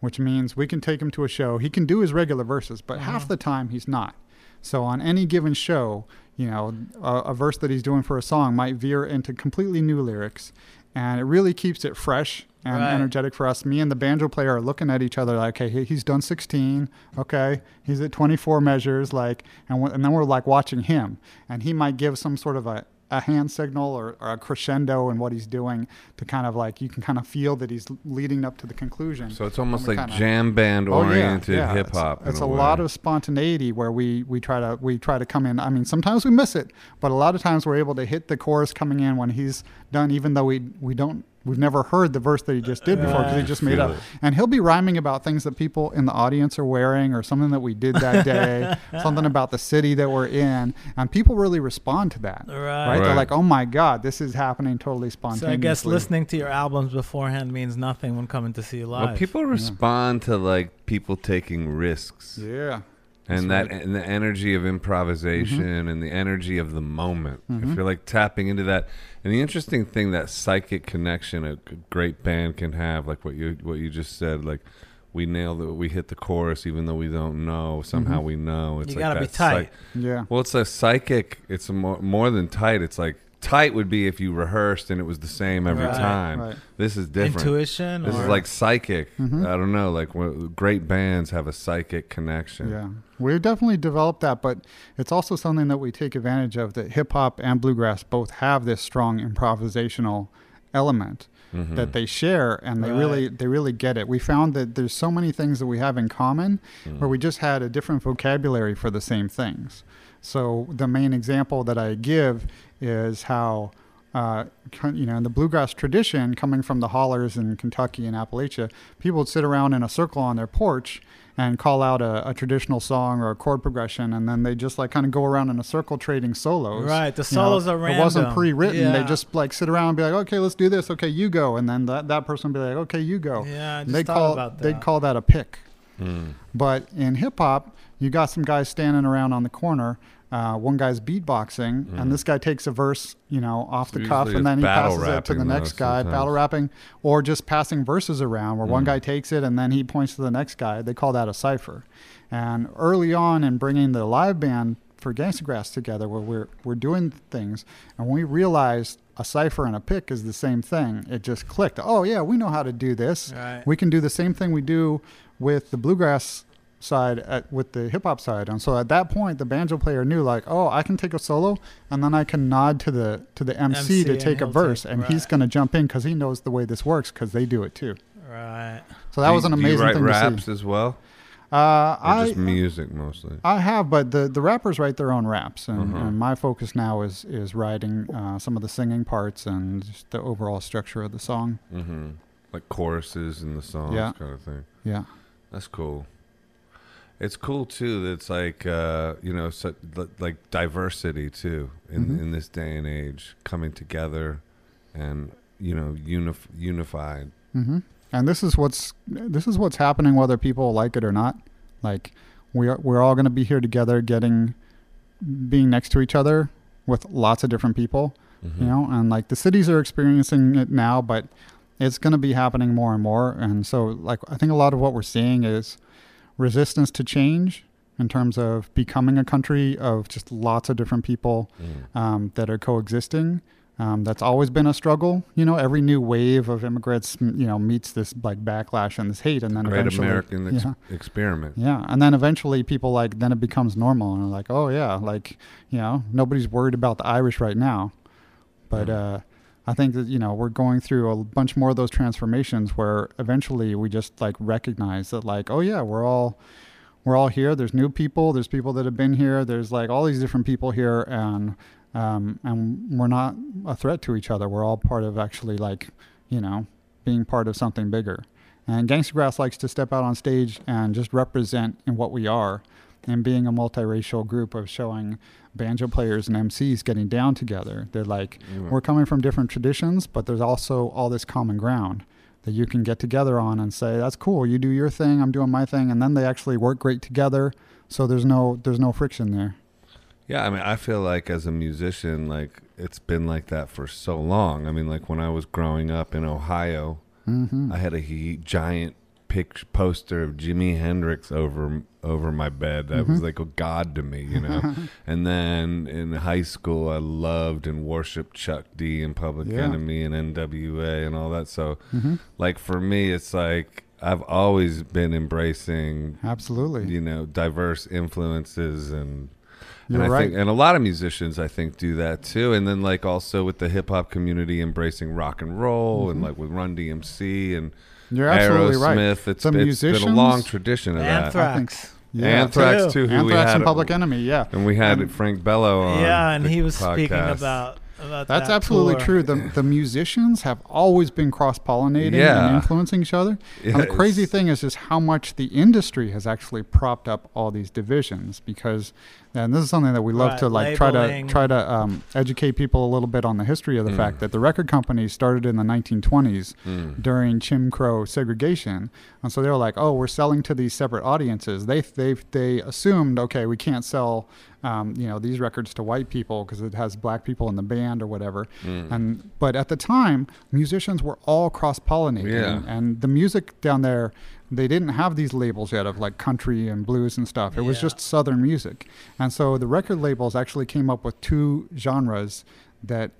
which means we can take him to a show. He can do his regular verses, but half
Mhm.
the time he's not. So on any given show, you know, a, a verse that he's doing for a song might veer into completely new lyrics, and it really keeps it fresh and
Right.
energetic for us. Me and the banjo player are looking at each other like, "Okay, he, he's done 16. Okay, he's at 24 measures." Like, and we, and then we're like watching him, and he might give some sort of a a hand signal or, or a crescendo in what he's doing to kind of like you can kind of feel that he's leading up to the conclusion.
so it's almost
And we
like
kinda- Oh,
jam band oriented
yeah.
hip hop.
It's, it's a, lot of spontaneity where we we try to we try to come in. I mean, sometimes we miss it, but a lot of times we're able to hit the chorus coming in when he's done, even though we we don't we've never heard the verse that he just did before because he
Right.
just made
Feel
up.
it.
And he'll be rhyming about things that people in the audience are wearing or something that we
*laughs*
did that day, something about the city that we're in. And people really respond to that.
Right.
Right? They're
Right.
like, oh my God, this is happening totally
So
spontaneously.
I guess listening to your albums beforehand means nothing when coming to see you live.
Well, people respond to like people taking risks
Yeah.
and that and the energy of improvisation and the energy of the moment.
Mm-hmm.
If you're like tapping into that, and the interesting thing that psychic connection a g- great band can have, like what you what you just said, like we nailed it, we hit the chorus even though we don't know. Somehow
Mm-hmm.
we know. It's
You
like
gotta be
that psych-
tight.
Yeah.
well, it's a psychic. It's a more, more than tight. It's like tight would be if you rehearsed and it was the same every
Right.
time.
Right. Mm-hmm.
This is different.
Intuition.
This
or-
is like psychic. I don't know. Like when- great bands have a psychic connection.
Yeah. We've definitely developed that, but it's also something that we take advantage of that hip hop and bluegrass both have this strong improvisational element
Mm-hmm.
that they share and they
Right.
really they really get it. We found that there's so many things that we have in common where we just had a different vocabulary for the same things. So the main example that I give is how uh, kin- you know, in the bluegrass tradition, coming from the hollers in Kentucky and Appalachia, people would sit around in a circle on their porch and call out a, a traditional song or a chord progression, and then they just like kind of go around in a circle trading solos.
Right, the
You
solos are
It wasn't
random.
pre-written. They
Yeah.
just like sit around and be like, "Okay, let's do this. Okay, you go," and then that, that person would be like, "Okay, you go."
Yeah, I
And
just
they'd
thought
call
about
they'd
that.
call that a pick.
Hmm.
But in hip hop, you got some guys standing around on the corner. Uh, one guy's beatboxing, and this guy takes a verse, you know, off the
Usually
cuff,
Hmm. it's
and then he
battle
passes it to the
rapping,
next
though,
guy,
sometimes.
battle rapping, or just passing verses around where one guy takes it and then he points to the next guy. They call that a cipher. And early on in bringing the live band for Gangsta Grass together, where we're we're doing things, and we realized a cipher and a pick is the same thing. It just clicked. Oh yeah, we know how to do this.
Right.
We can do the same thing we do with the bluegrass side at, with the hip hop side. And so at that point, the banjo player knew like, oh, I can take a solo, and then I can nod to the to the MC,
MC,
to
and
take a
he'll
verse,
take-
and
right.
he's gonna jump in because he knows the way this works because they do it too.
Right.
So that
Do you-
was an
do
amazing
you write
thing to
raps
see.
as well.
Uh,
Or
I
just music mostly.
I have, but the, the rappers write their own raps, and,
Mm-hmm.
and my focus now is is writing uh, some of the singing parts and just the overall structure of the song.
hmm Like choruses in the songs,
Yeah.
kind of thing.
Yeah,
That's cool. It's cool too that it's like uh, you know, so, li- like diversity too in, in this day and age, coming together, and you know, unif- unified.
hmm and this is what's this is what's happening, whether people like it or not. Like we are, we're all going to be here together, getting being next to each other with lots of different people, you know, and like the cities are experiencing it now, but it's going to be happening more and more. And so, like, I think a lot of what we're seeing is resistance to change in terms of becoming a country of just lots of different people
Mm.
um, that are coexisting. Um, that's always been a struggle. You know, every new wave of immigrants, m- you know, meets this like backlash and this hate, and then
Great
eventually,
American ex-
yeah.
experiment.
Yeah, and then eventually people like then it becomes normal and like, oh yeah, like you know nobody's worried about the Irish right now, but uh, I think that you know we're going through a bunch more of those transformations where eventually we just like recognize that like oh yeah we're all we're all here. There's new people. There's people that have been here. There's like all these different people here and um, and we're not a threat to each other. We're all part of actually like you know being part of something bigger. And Gangsta Grass likes to step out on stage and just represent in what we are. And being a multiracial group of showing banjo players and MCs getting down together, they're like,
Mm.
we're coming from different traditions, but there's also all this common ground that you can get together on and say, that's cool, you do your thing, I'm doing my thing. And then they actually work great together. So there's no, there's no friction there.
Yeah, I mean, I feel like as a musician, like it's been like that for so long. I mean, like when I was growing up in Ohio,
Mm-hmm.
I had a he- giant pic- poster of Jimi Hendrix over over my bed. That
Mm-hmm.
was like a god to me, you
*laughs*
know. and then in high school, I loved and worshipped Chuck D and Public
Yeah.
Enemy and NWA and all that. So,
Mm-hmm.
like for me, it's like I've always been embracing
Absolutely.
you know diverse influences and and
You're
I
right.
think, and a lot of musicians I think do that too and then like also with the hip hop community embracing rock and roll
Mm-hmm.
and like with Run DMC and
You're absolutely right.
Aerosmith it's,
The
it's been a
musicians-
long tradition of that
Anthrax.
Yeah.
Anthrax too who we
Anthrax
had
and Public Enemy. Yeah.
and we had Frank Bello on
Yeah, and
the
he was speaking
*laughs* podcast.
about about
That's
that
absolutely
tour.
true. The, the musicians have always been cross pollinating
Yeah.
and influencing each other.
Yeah,
and the crazy
it's-
thing is, is how much the industry has actually propped up all these divisions because, and this is something that we love
Right,
to like try to
labeling.
try to um, educate people a little bit on the history of the fact that the record companies started in the 1920s
Mm,
during Jim Crow segregation, and so they were like, oh, we're selling to these separate audiences. They they they assumed, okay, we can't sell. Um, you know these records to white people because it has black people in the band or whatever,
mm,
and but at the time musicians were all cross pollinating
Yeah.
and the music down there they didn't have these labels yet of like country and blues and stuff it was
Yeah.
just southern music and so the record labels actually came up with two genres that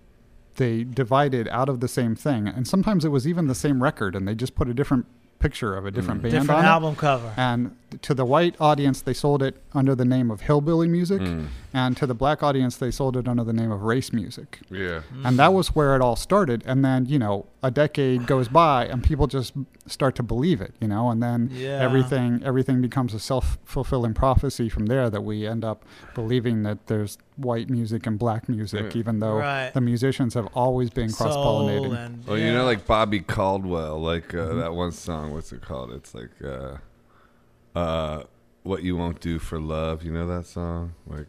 they divided out of the same thing and sometimes it was even the same record and they just put a different picture of a different band
Different
on it
album cover.
and to the white audience, they sold it under the name of hillbilly music.
Mm.
And to the black audience, they sold it under the name of race music.
Yeah.
And
Mm-hmm.
that was where it all started. And then, you know, a decade goes by and people just start to believe it, you know, and then
Yeah.
everything everything becomes a self fulfilling prophecy from there that we end up believing that there's white music and black music,
Yeah.
even though
Right.
the musicians have always been cross
Soul
pollinating.
and
Well, Oh, you know, like Bobby Caldwell, like uh,
Mm-hmm.
that one song. What's it called? It's like, uh, uh, "What You Won't Do for Love." You know that song? Like,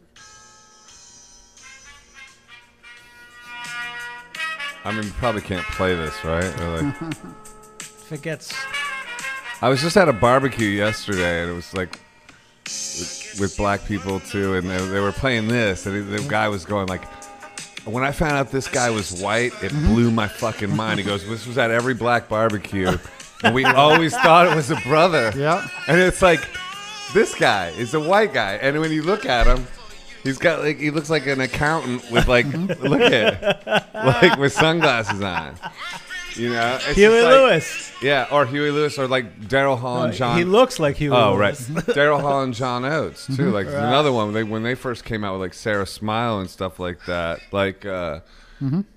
I mean, you probably can't play this, right? Or like,
if it gets
I was just at a barbecue yesterday, and it was like with, with black people too, and they, they were playing this, and the guy was going like, "When I found out this guy was white, it
Mm-hmm.
blew my fucking mind." He goes, "This was at every black barbecue, and we always thought it was a brother."
Yeah.
and it's like this guy is a white guy, and when you look at him. He's got like he looks like an accountant with like
Mm-hmm.
look at
*laughs*
like with sunglasses on, you know. It's
Huey
just like-
Lewis.
yeah, or Huey Lewis, or like Daryl Hall and John.
He looks like Huey
Oh right, *laughs*
Lewis.
Daryl Hall and John Oates too. Like another one. They, when they first came out with like Sarah Smile and stuff like that. Like uh,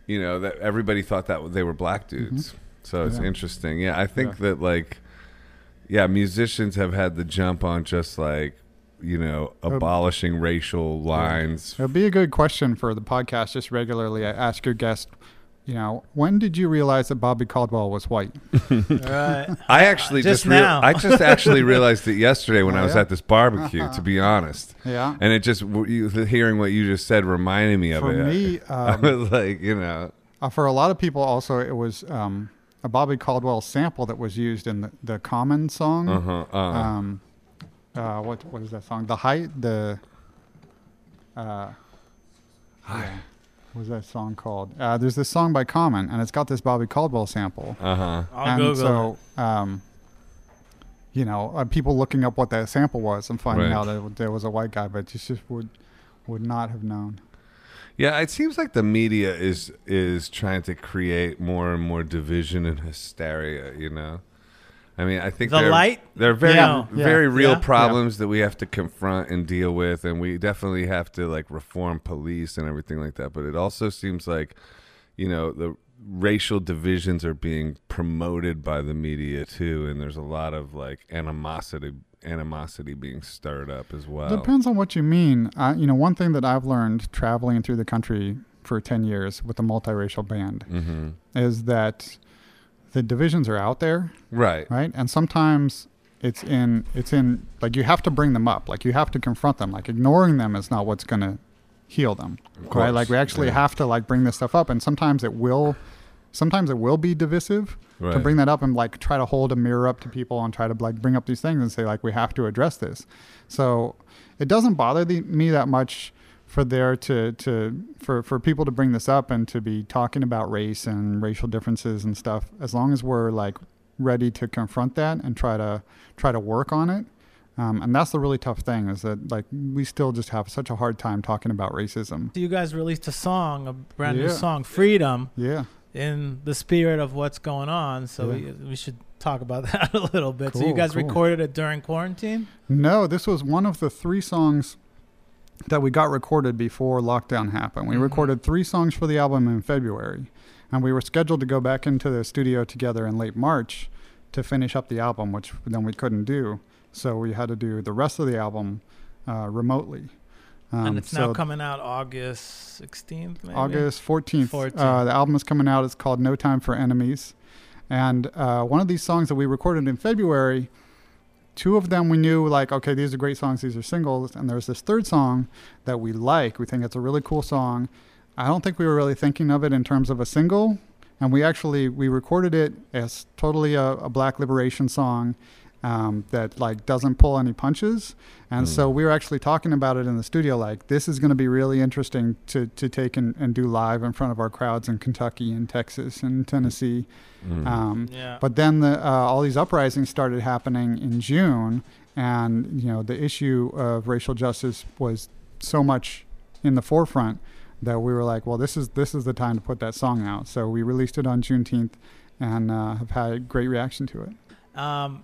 you know that everybody thought that they were black dudes. So it's
Yeah.
interesting. Yeah, I think that like yeah, musicians have had the jump on just like you know abolishing racial lines.
It'd be a good question for the podcast. Just regularly, I ask your guest, you know, when did you realize that Bobby Caldwell was white?
*laughs*
right.
I actually
Just
just, real-
now.
I just actually realized it yesterday when
Oh,
I was
yeah?
at this barbecue. To be honest.
Yeah.
And it just w- you, hearing what you just said reminded me of
For
it.
me,
*laughs* I
um,
was like, you know,
Uh, for a lot of people, also, it was um, a Bobby Caldwell sample that was used in the, the Common song.
uh-huh, uh
Um, uh, what what is that song? The height. The. Uh, yeah. What was that song called? Uh, there's this song by Common, and it's got this Bobby Caldwell sample.
uh-huh.
I'll
and
Google it.
so, um, you know, uh, people looking up what that sample was and finding
Right.
out that there was a white guy, but you just would would not have known.
Yeah, it seems like the media is is trying to create more and more division and hysteria. You know, I mean, I think
The
there-
light?
There are very
Yeah.
very
Yeah.
real
Yeah.
problems that we have to confront and deal with, and we definitely have to like reform police and everything like that. But it also seems like, you know, the racial divisions are being promoted by the media too, and there's a lot of like animosity animosity being stirred up as well.
Depends on what you mean. Uh, you know, one thing that I've learned traveling through the country for 10 years with a multiracial band
hmm
is that the divisions are out there,
Right.
right? And sometimes it's in it's in like you have to bring them up. Like you have to confront them. Like ignoring them is not what's going to heal them. Right?
course,
Like we actually
yeah.
have to like bring this stuff up and sometimes it will sometimes it will be divisive to
Right.
bring that up and like try to hold a mirror up to people and try to like bring up these things and say like we have to address this so it doesn't bother the, me that much for there to to for for people to bring this up and to be talking about race and racial differences and stuff as long as we're like ready to confront that and try to try to work on it um, and that's the really tough thing is that like we still just have such a hard time talking about racism
So you guys released a song, a brand new
Yeah.
song, Freedom,
yeah
in the spirit of what's going on. So
Yeah.
we, we should talk about *laughs* that a little bit. so you
Cool,
guys
cool.
recorded it during quarantine?
No, this was one of the three songs that we got recorded before lockdown happened. We
Mhm.
recorded three songs for the album in February, and we were scheduled to go back into the studio together in late March to finish up the album, which then we couldn't do. So we had to do the rest of the album uh, remotely.
Um, and it's so now coming out August 16th, maybe?
August 14th. 14th. Uh, the album is coming out. It's called No Time for Enemies. And uh, one of these songs that we recorded in February, two of them we knew, like, okay, these are great songs, these are singles. And there's this third song that we like. We think it's a really cool song. I don't think we were really thinking of it in terms of a single. And we actually we recorded it as totally a, a black liberation song um, that like doesn't pull any punches. And mm. so we were actually talking about it in the studio, like this is going to be really interesting to to take and, and do live in front of our crowds in Kentucky and Texas and Tennessee.
Hmm.
Mm. Um, yeah. But then the, uh, all these uprisings started happening in June, and you know the issue of racial justice was so much in the forefront that we were like, well, this is this is the time to put that song out. So we released it on Juneteenth, and uh, have had a great reaction to it.
Um,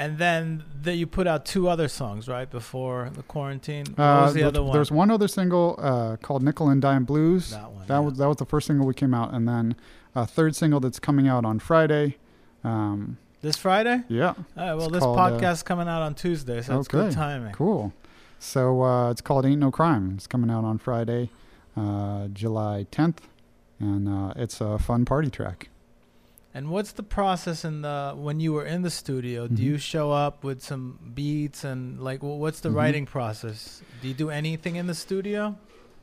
and then that you put out two other songs right before the quarantine. What uh, was the other one?
There's one other single uh, called "Nickel and Dime Blues." That one. That yeah. was that was the first single we came out, and then a third single that's coming out on Friday. Um,
this Friday?
Yeah.
All right. Well, it's this called, podcast's uh, coming out on Tuesday, so okay. it's good timing.
Cool. So uh, it's called "Ain't No Crime." It's coming out on Friday, uh, July 10th, and uh, it's a fun party track.
And what's the process in the when you were in the studio? Mm-hmm. Do you show up with some beats and like well, what's the mm-hmm. writing process? Do you do anything in the studio?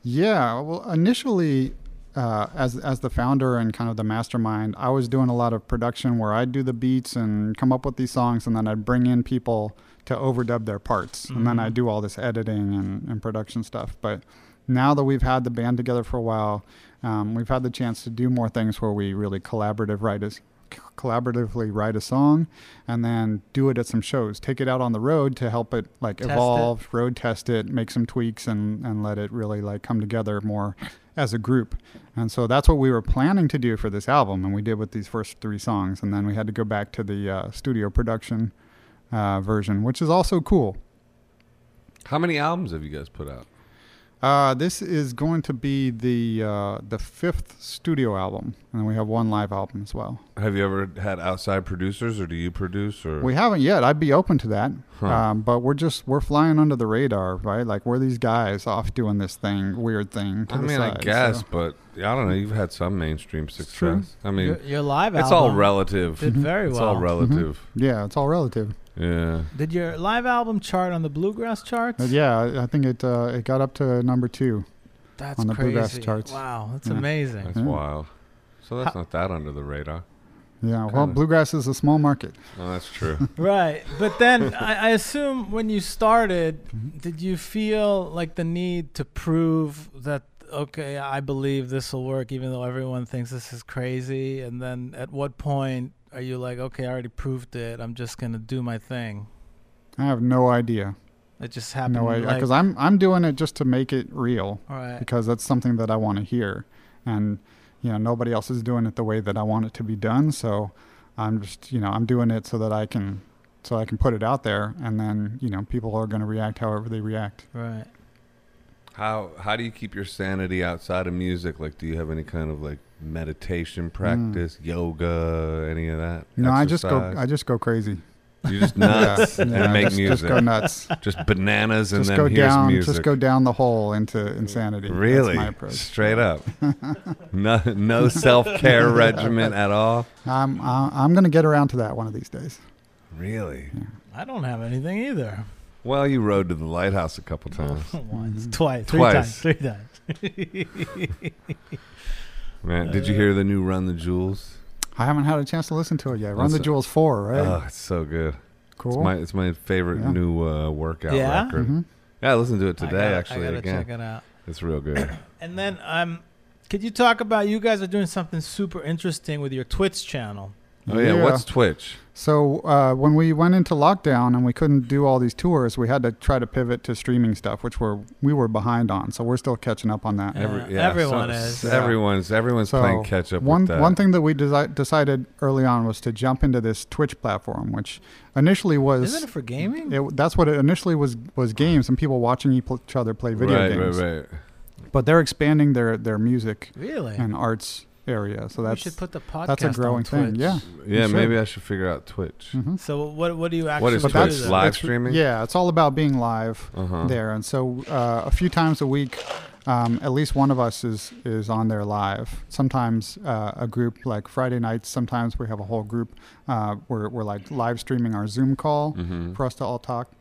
Yeah, well, initially, uh, as as the founder and kind of the mastermind, I was doing a lot of production where I'd do the beats and come up with these songs, and then I'd bring in people to overdub their parts, mm-hmm. and then I do all this editing and, and production stuff. But now that we've had the band together for a while, um, we've had the chance to do more things where we really collaborative write a, collaboratively write a song and then do it at some shows take it out on the road to help it like test evolve it. road test it make some tweaks and and let it really like come together more as a group and so that's what we were planning to do for this album and we did with these first three songs and then we had to go back to the uh, studio production uh, version which is also cool
how many albums have you guys put out
uh, this is going to be the uh, the fifth studio album, and then we have one live album as well.
Have you ever had outside producers, or do you produce? Or
we haven't yet. I'd be open to that, huh. um, but we're just we're flying under the radar, right? Like we're these guys off doing this thing, weird thing.
I mean, side, I guess, so. but I don't know. You've had some mainstream success. I mean,
your, your live
it's all relative.
Did very well. Mm-hmm.
It's all relative.
Mm-hmm. Yeah, it's all relative.
Yeah.
Did your live album chart on the bluegrass charts?
Uh, yeah, I think it uh, it got up to number two.
That's on the crazy. bluegrass charts. Wow, that's yeah. amazing.
That's yeah. wild. So that's How- not that under the radar.
Yeah, Kinda. well, bluegrass is a small market.
Oh, that's true.
right,
*laughs*
but then I, I, assume when you started,
Mm-hmm.
did you feel like the need to prove that okay, I believe this will work, even though everyone thinks this is crazy? And then at what point are you like, okay, I already proved it. I'm just gonna do my thing.
I have no idea.
It just happened.
No idea, because like, I'm I'm doing it just to make it real.
Right.
Because that's something that I want to hear, and you know nobody else is doing it the way that I want it to be done. So I'm just you know I'm doing it so that I can so I can put it out there, and then you know people are going to react however they react.
Right.
How how do you keep your sanity outside of music? Like, do you have any kind of like meditation practice, mm. yoga, any of that?
No, Exercise? I just go I just go crazy.
You just
*laughs*
nuts yeah, and yeah, make
just,
music.
Just go nuts.
Just bananas and
just
then
go
here's
down,
music.
Just go down the hole into insanity.
Really, straight
*laughs*
up. no, no self care regimen at all.
I'm I'm gonna get around to that one of these days.
Really, yeah.
I don't have anything either.
Well, you rode to the lighthouse a couple times.
*laughs*
Mm-hmm.
Once, twice, twice, three times, three times.
Man, did you hear the new Run the Jewels?
I haven't had a chance to listen to it yet. Run That's the Jewels four, right?
Oh, it's so good.
Cool.
It's my, it's my favorite yeah. new uh, workout
yeah?
record. Mm-hmm. Yeah, I listened to it today.
I gotta,
actually,
I gotta
again,
check it out.
It's real
*clears throat*
good.
and then, um, could you talk about you guys are doing something super interesting with your Twitch channel?
Oh yeah, yeah. what's Twitch?
So uh, when we went into lockdown and we couldn't do all these tours, we had to try to pivot to streaming stuff, which we're we were behind on. So we're still catching up on that.
Yeah. Every, yeah, everyone so, is.
Everyone's everyone's so playing catch up.
One
that.
one thing that we desi- decided early on was to jump into this Twitch platform, which initially was
isn't it for gaming?
It, that's what it initially was was games and people watching each other play video
right,
games.
Right, right, right.
But they're expanding their their music,
really,
and arts area. So
you
that's
should put the podcast.
that's a growing
on
thing.
Twitch.
Yeah.
Yeah,
should.
maybe I should figure out Twitch.
hmm
So what what do you actually
What is
do?
But that's-
Twitch
then?
live
that's-
streaming?
Yeah, it's all about being live
Uh-huh.
there, and so uh, a few times a week, um, at least one of us is is on there live. Sometimes uh, a group like Friday nights. Sometimes we have a whole group. Uh, we're we're like live streaming our Zoom call
Mm-hmm.
for us to all talk.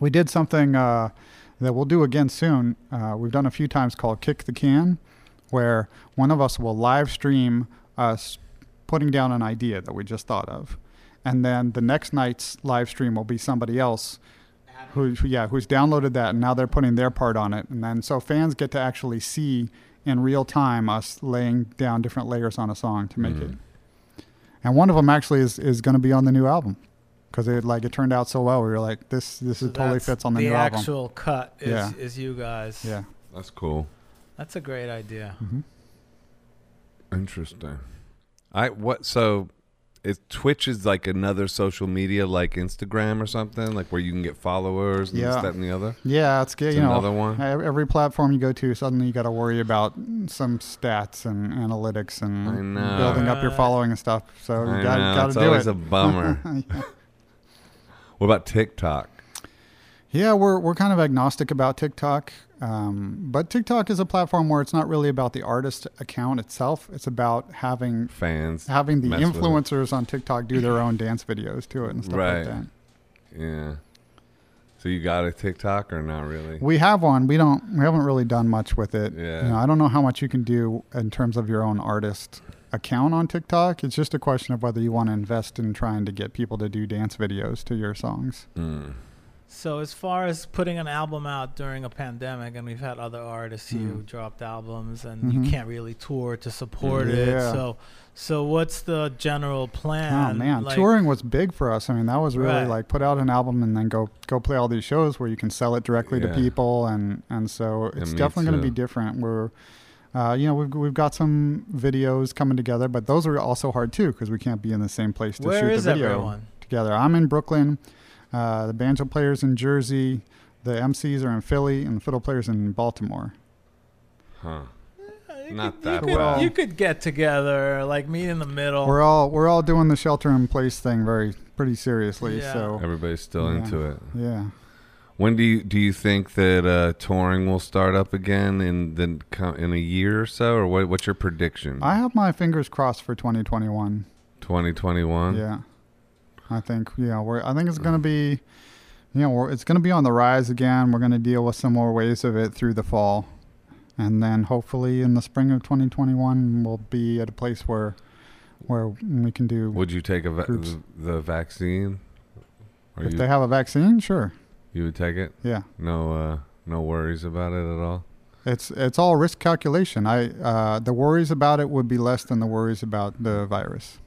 We did something uh, that we'll do again soon. Uh, we've done a few times called Kick the Can, where one of us will live stream us putting down an idea that we just thought of. And then the next night's live stream will be somebody else who, who- yeah, who's downloaded that and now they're putting their part on it. And then so fans get to actually see in real time us laying down different layers on a song to make
Mhm.
it. And one of them actually is, is going to be on the new album because it like it turned out so well. We were like, this this
So
is totally
that's
fits on the,
the
new album.
actual cut is
Yeah.
is you guys.
Yeah.
That's cool.
That's a great
Mm-hmm.
idea.
hmm
Interesting. I what so is Twitch is like another social media like Instagram or something like where you can get followers and this
Yeah.
that and the other.
Yeah, it's good.
It's
You
another
know,
one.
ev- every platform you go to, suddenly you got to worry about some stats and analytics and
I know.
building up your
Right.
following and stuff. So
I
you
know,
got
it's
to do
always
it.
a
*laughs*
bummer. *laughs* what about TikTok?
yeah, we're we're kind of agnostic about TikTok, um, but TikTok is a platform where it's not really about the artist account itself. It's about having
Fans.
having the
Mess with it.
influencers on TikTok do their own dance videos to it and stuff
Right.
like that.
Yeah. So you got a TikTok or not really?
We have one. We don't. We haven't really done much with it.
Yeah.
You know, I don't know how much you can do in terms of your own artist account on TikTok. It's just a question of whether you want to invest in trying to get people to do dance videos to your songs.
Mm.
So as far as putting an album out during a pandemic, and we've had other artists who
Mhm.
dropped albums, and
Mhm.
you can't really tour to support it.
Yeah.
So so what's the general plan?
oh man,
Like,
touring was big for us. I mean, that was really
Right.
like put out an album and then go go play all these shows where you can sell it directly
Yeah.
to people, and and so
Yeah,
it's
me
definitely going
too.
to be different. We're uh, you know, we've, we've got some videos coming together, but those are also hard too because we can't be in the same place to
Where
shoot
is
the video.
everyone?
together. I'm in Brooklyn. Uh, the banjo players in Jersey. The MCs are in Philly, and the fiddle players in Baltimore.
Huh.
You
Not
could,
that
you could,
well.
you could get together, like meet in the middle.
We're all we're all doing the shelter in place thing very pretty seriously.
Yeah.
So
Everybody's still
Yeah.
into it.
yeah,
When do you do you think that uh, touring will start up again in the, co- in a year or so, or what, what's your prediction?
I have my fingers crossed for 2021.
2021.
Yeah, I think yeah we're I think it's gonna be. You know, we're, it's going to be on the rise again. We're going to deal with some more waves of it through the fall. And then hopefully in the spring of 2021, we'll be at a place where where we can do.
Would you take a va-
Groups.
the vaccine? Or
if
you,
they have a vaccine, sure.
you would take it?
Yeah.
No, uh, no worries about it at all.
It's it's all risk calculation. I uh, the worries about it would be less than the worries about the virus.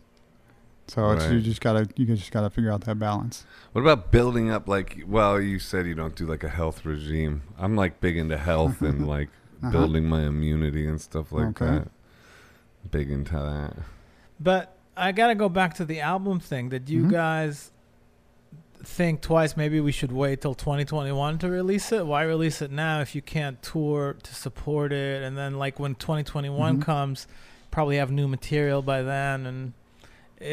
So it's, you
Right.
just gotta you just gotta figure out that balance.
What about building up? Like, well, you said you don't do like a health regime. I'm like big into health
*laughs*
and like
Uh-huh.
building my immunity and stuff like
Okay.
that. Big into that.
But I gotta go back to the album thing. Did you
Mhm.
guys think twice? Maybe we should wait till 2021 to release it. Why release it now if you can't tour to support it? And then, like when 2021
Mhm.
comes, probably have new material by then. And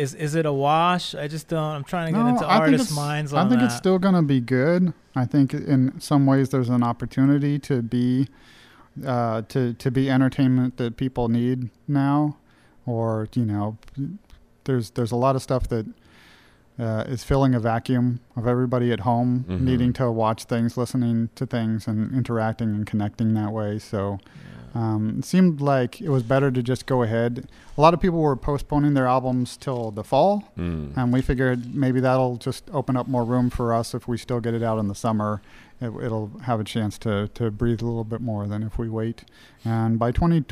is is it a wash? I just don't. I'm trying to get into artists'
it's-
minds
I
on
think
that.
it's still gonna be good. I think in some ways there's an opportunity to be uh, to to be entertainment that people need now, or you know, there's there's a lot of stuff that uh, is filling a vacuum of everybody at home
Mhm.
needing to watch things, listening to things, and interacting and connecting that way. So.
Yeah.
Um, it seemed like it was better to just go ahead. A lot of people were postponing their albums till the fall,
Mm.
and we figured maybe that'll just open up more room for us if we still get it out in the summer. It, it'll have a chance to, to breathe a little bit more than if we wait. And by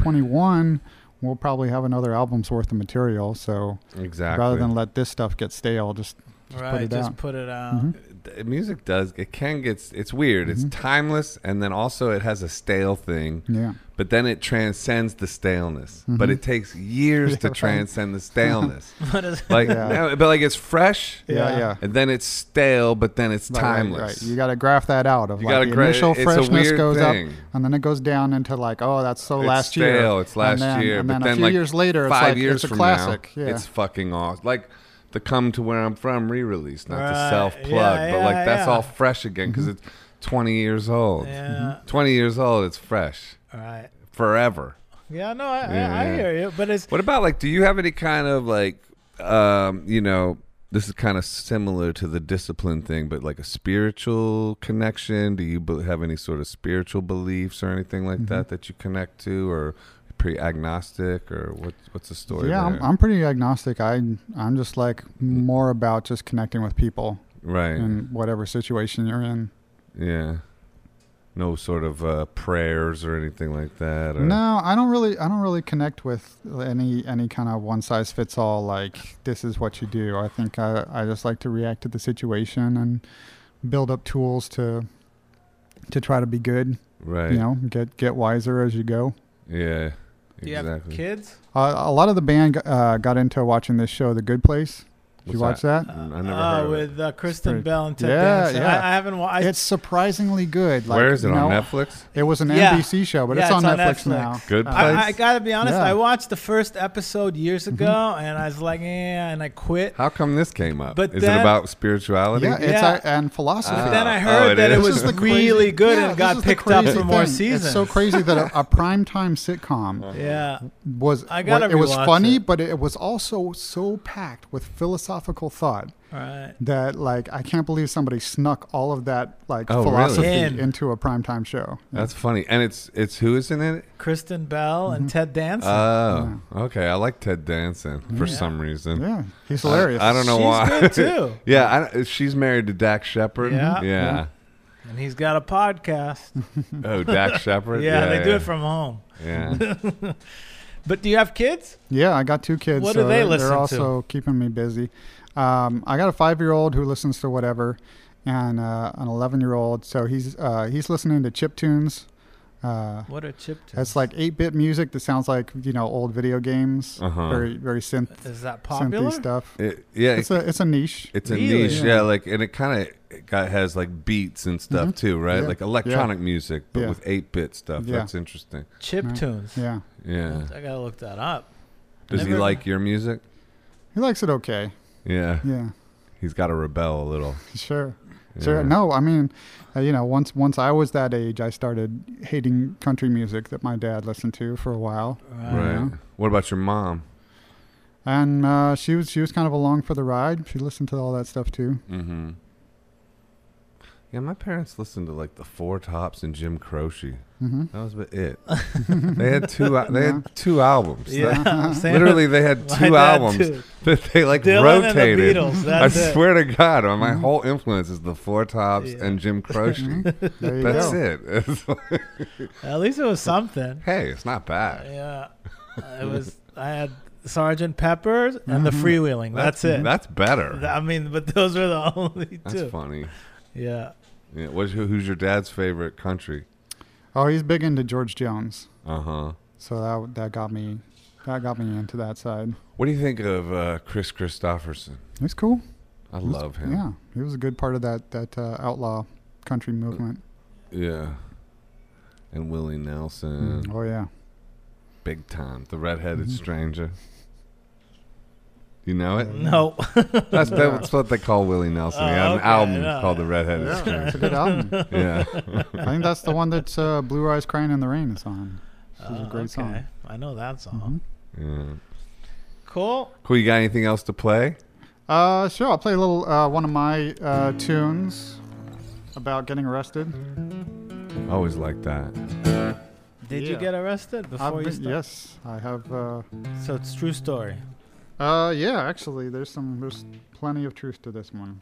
2021, we'll probably have another album's worth of material. So
Exactly.
rather than let this stuff get stale, just
right,
it
just
out.
put it out. *laughs*
Mhm.
d- music does it can get it's weird. It's
Mm-hmm.
timeless, and then also it has a stale thing.
Yeah.
But then it transcends the staleness. But it takes years to
Mm-hmm. *laughs* Yeah, right.
transcend the staleness.
What is
like,
Yeah.
now, but like it's fresh,
Yeah,
Yeah.
yeah.
and then it's stale, but then it's
Right, right,
timeless.
Right, You got to graph that out of
You
like
gotta
the
gra-
initial
it's a
freshness
weird
goes
thing.
up, and then it goes down into like, oh, that's so
It's
last
stale,
year.
It's last
and then,
year,
and
but
then a
then
few
like
years later, it's
five
like
years
it's a
from
classic.
now,
yeah,
it's fucking awesome. Like the "Come to Where I'm From" re-release, not
Right,
to self-plug,
yeah,
but
yeah,
like that's
yeah.
all fresh again
Mm-hmm.
because it's 20 years old.
yeah.
Twenty years old, it's fresh
Right.
forever.
Yeah. No, I,
Yeah,
I, I
yeah.
hear you, but it's
What about like? Do you have any kind of like, um, you know? This is kind of similar to the discipline thing, but like a spiritual connection. Do you be- have any sort of spiritual beliefs or anything
Mm-hmm.
like that that you connect to, or pretty agnostic, or what? What's the story?
yeah. I'm,
there?
I'm pretty agnostic. I I'm just like more about just connecting with people
right.
in whatever situation you're in.
Yeah. No sort of uh, prayers or anything like that. Or,
No, I don't really I don't really connect with any any kind of one size fits all like this is what you do. I think I, I just like to react to the situation and build up tools to to try to be good.
Right.
You know, get get wiser as you go.
Yeah.
do you have
exactly.
kids?
Uh, a lot of the band uh, got into watching this show, The Good Place. Did you
What's
watch that?
Mm, I never
uh,
heard of it.
with uh, Kristen
pretty-
Bell and Ted
Yeah,
Danson.
yeah.
I, I haven't watched.
It's surprisingly good. Like,
Where is it
you
on
know,
Netflix?
It was an
Yeah.
NBC show, but
Yeah,
it's, on,
it's on
Netflix,
Netflix.
now.
Good
Uh,
Place?
I, I gotta be honest.
Yeah. Mm-hmm.
I watched the first episode years ago, and I was like, yeah, and I quit.
How come this came up?
But
is
then-
it about spirituality?
yeah, it's
Yeah.
uh, and philosophy.
But then I
Oh,
heard
it
that it
is?
was
This is
really
the
crazy-
good
Yeah,
and
this
got
is the
picked up
crazy
for more
thing.
seasons.
It's so crazy that a, a primetime
*laughs*
sitcom
Yeah.
was
I gotta
wa- it was
rewatch
funny,
it.
but it was also so packed with philosophical thought
Right.
that like I can't believe somebody snuck all of that like
Oh, really?
philosophy
In.
into a primetime show.
That's funny. And it's it's who is in it?
Kristen Bell
Mm-hmm.
and Ted Danson.
Uh,
Oh, okay. I like Ted Danson for some reason.
yeah, he's hilarious.
I, I don't know
She's
why.
good too,
yeah, I, she's married to Dak Shepard.
Yeah.
Yeah.
and he's got a podcast.
*laughs*
Oh, Dak
Yeah,
Shepard.
they do it from home.
*laughs*
Yeah.
But do you have kids?
Yeah, I got two kids.
What do
so
they
they're,
listen to?
they're also keeping me busy. Um, I got a five-year-old who listens to whatever, and uh, an eleven-year-old. So he's uh, he's listening to chip tunes. Uh,
What a chip to
that's like eight-bit music that sounds like you know old video games.
Uh-huh.
Very very synth
Is that
synthy
popular?
stuff.
It- yeah.
It's a it's a niche.
It's a
Really?
niche, yeah.
Yeah.
Like, and it kind of got has like beats and stuff too, right?
Mm-hmm. Yeah.
Like electronic music, but
Yeah.
with eight bit stuff.
Yeah.
That's interesting.
Chip
Right.
tunes.
Yeah,
Yeah.
I gotta look that up.
Does he
Never-
like your music?
he likes it okay.
Yeah.
Yeah, *laughs*
He's got to rebel a little.
sure, sure.
Yeah.
No, I mean, uh, you know, once once I was that age, I started hating country music that my dad listened to for a while.
Right.
know.
What about your mom?
and uh, she was she was kind of along for the ride. She listened to all that stuff too.
Mm-hmm. Yeah, my parents listened to like the Four Tops and Jim Croce.
hmm
That was about
*laughs*
it. they had two. al- They had two albums.
Yeah.
*laughs*
I'm *laughs* saying-
Literally, they had
My
two
dad,
albums
too.
that they like
Dylan and the
rotated.
Beatles, that's
I
it. Mm-hmm.
swear to God, my whole influence is the Four Tops
Yeah.
and
*laughs*
Jim
Oh,
Croce.
Mm-hmm. *laughs* There you
That's
go.
it. *laughs* It's like,
At least it was something.
hey, it's not bad.
Yeah. It was. I had Sergeant Pepper's and the freewheeling. That's, it.
Mm-hmm. That's better.
I mean, but those were the *laughs* only
That's
two.
funny.
Yeah.
Yeah, what's, who- who's your dad's favorite country?
Oh, he's big into George Jones,
Uh huh.
so that that got me that got me into that side.
What do you think of uh, Chris Christopherson?
He's cool.
I
He's-
love him.
Yeah, he was a good part of that that uh, outlaw country movement.
Yeah. And Willie Nelson,
Mm, Oh yeah,
big time. The
Mm-hmm.
redheaded stranger. You know it?
*laughs* No.
That's, that's what they call Willie Nelson.
Oh,
he had an
okay,
album
yeah.
called The Redheaded
yeah it's a
Stranger.
good album.
yeah.
I think that's the one that's uh, Blue Eyes Crying in the Rain is on. This is
*laughs* Oh,
a great
okay.
song.
I know that song.
Mm-hmm.
Mhm.
yeah.
Cool.
Cool. You got anything else to play?
Uh, sure, I'll play a little uh, one of my uh, tunes about getting arrested.
Always like that.
Did you
Yeah.
get arrested before
I've
you
been,
started?
yes, I have. Uh,
So it's true story.
Uh, yeah, actually, there's some, there's plenty of truth to this one.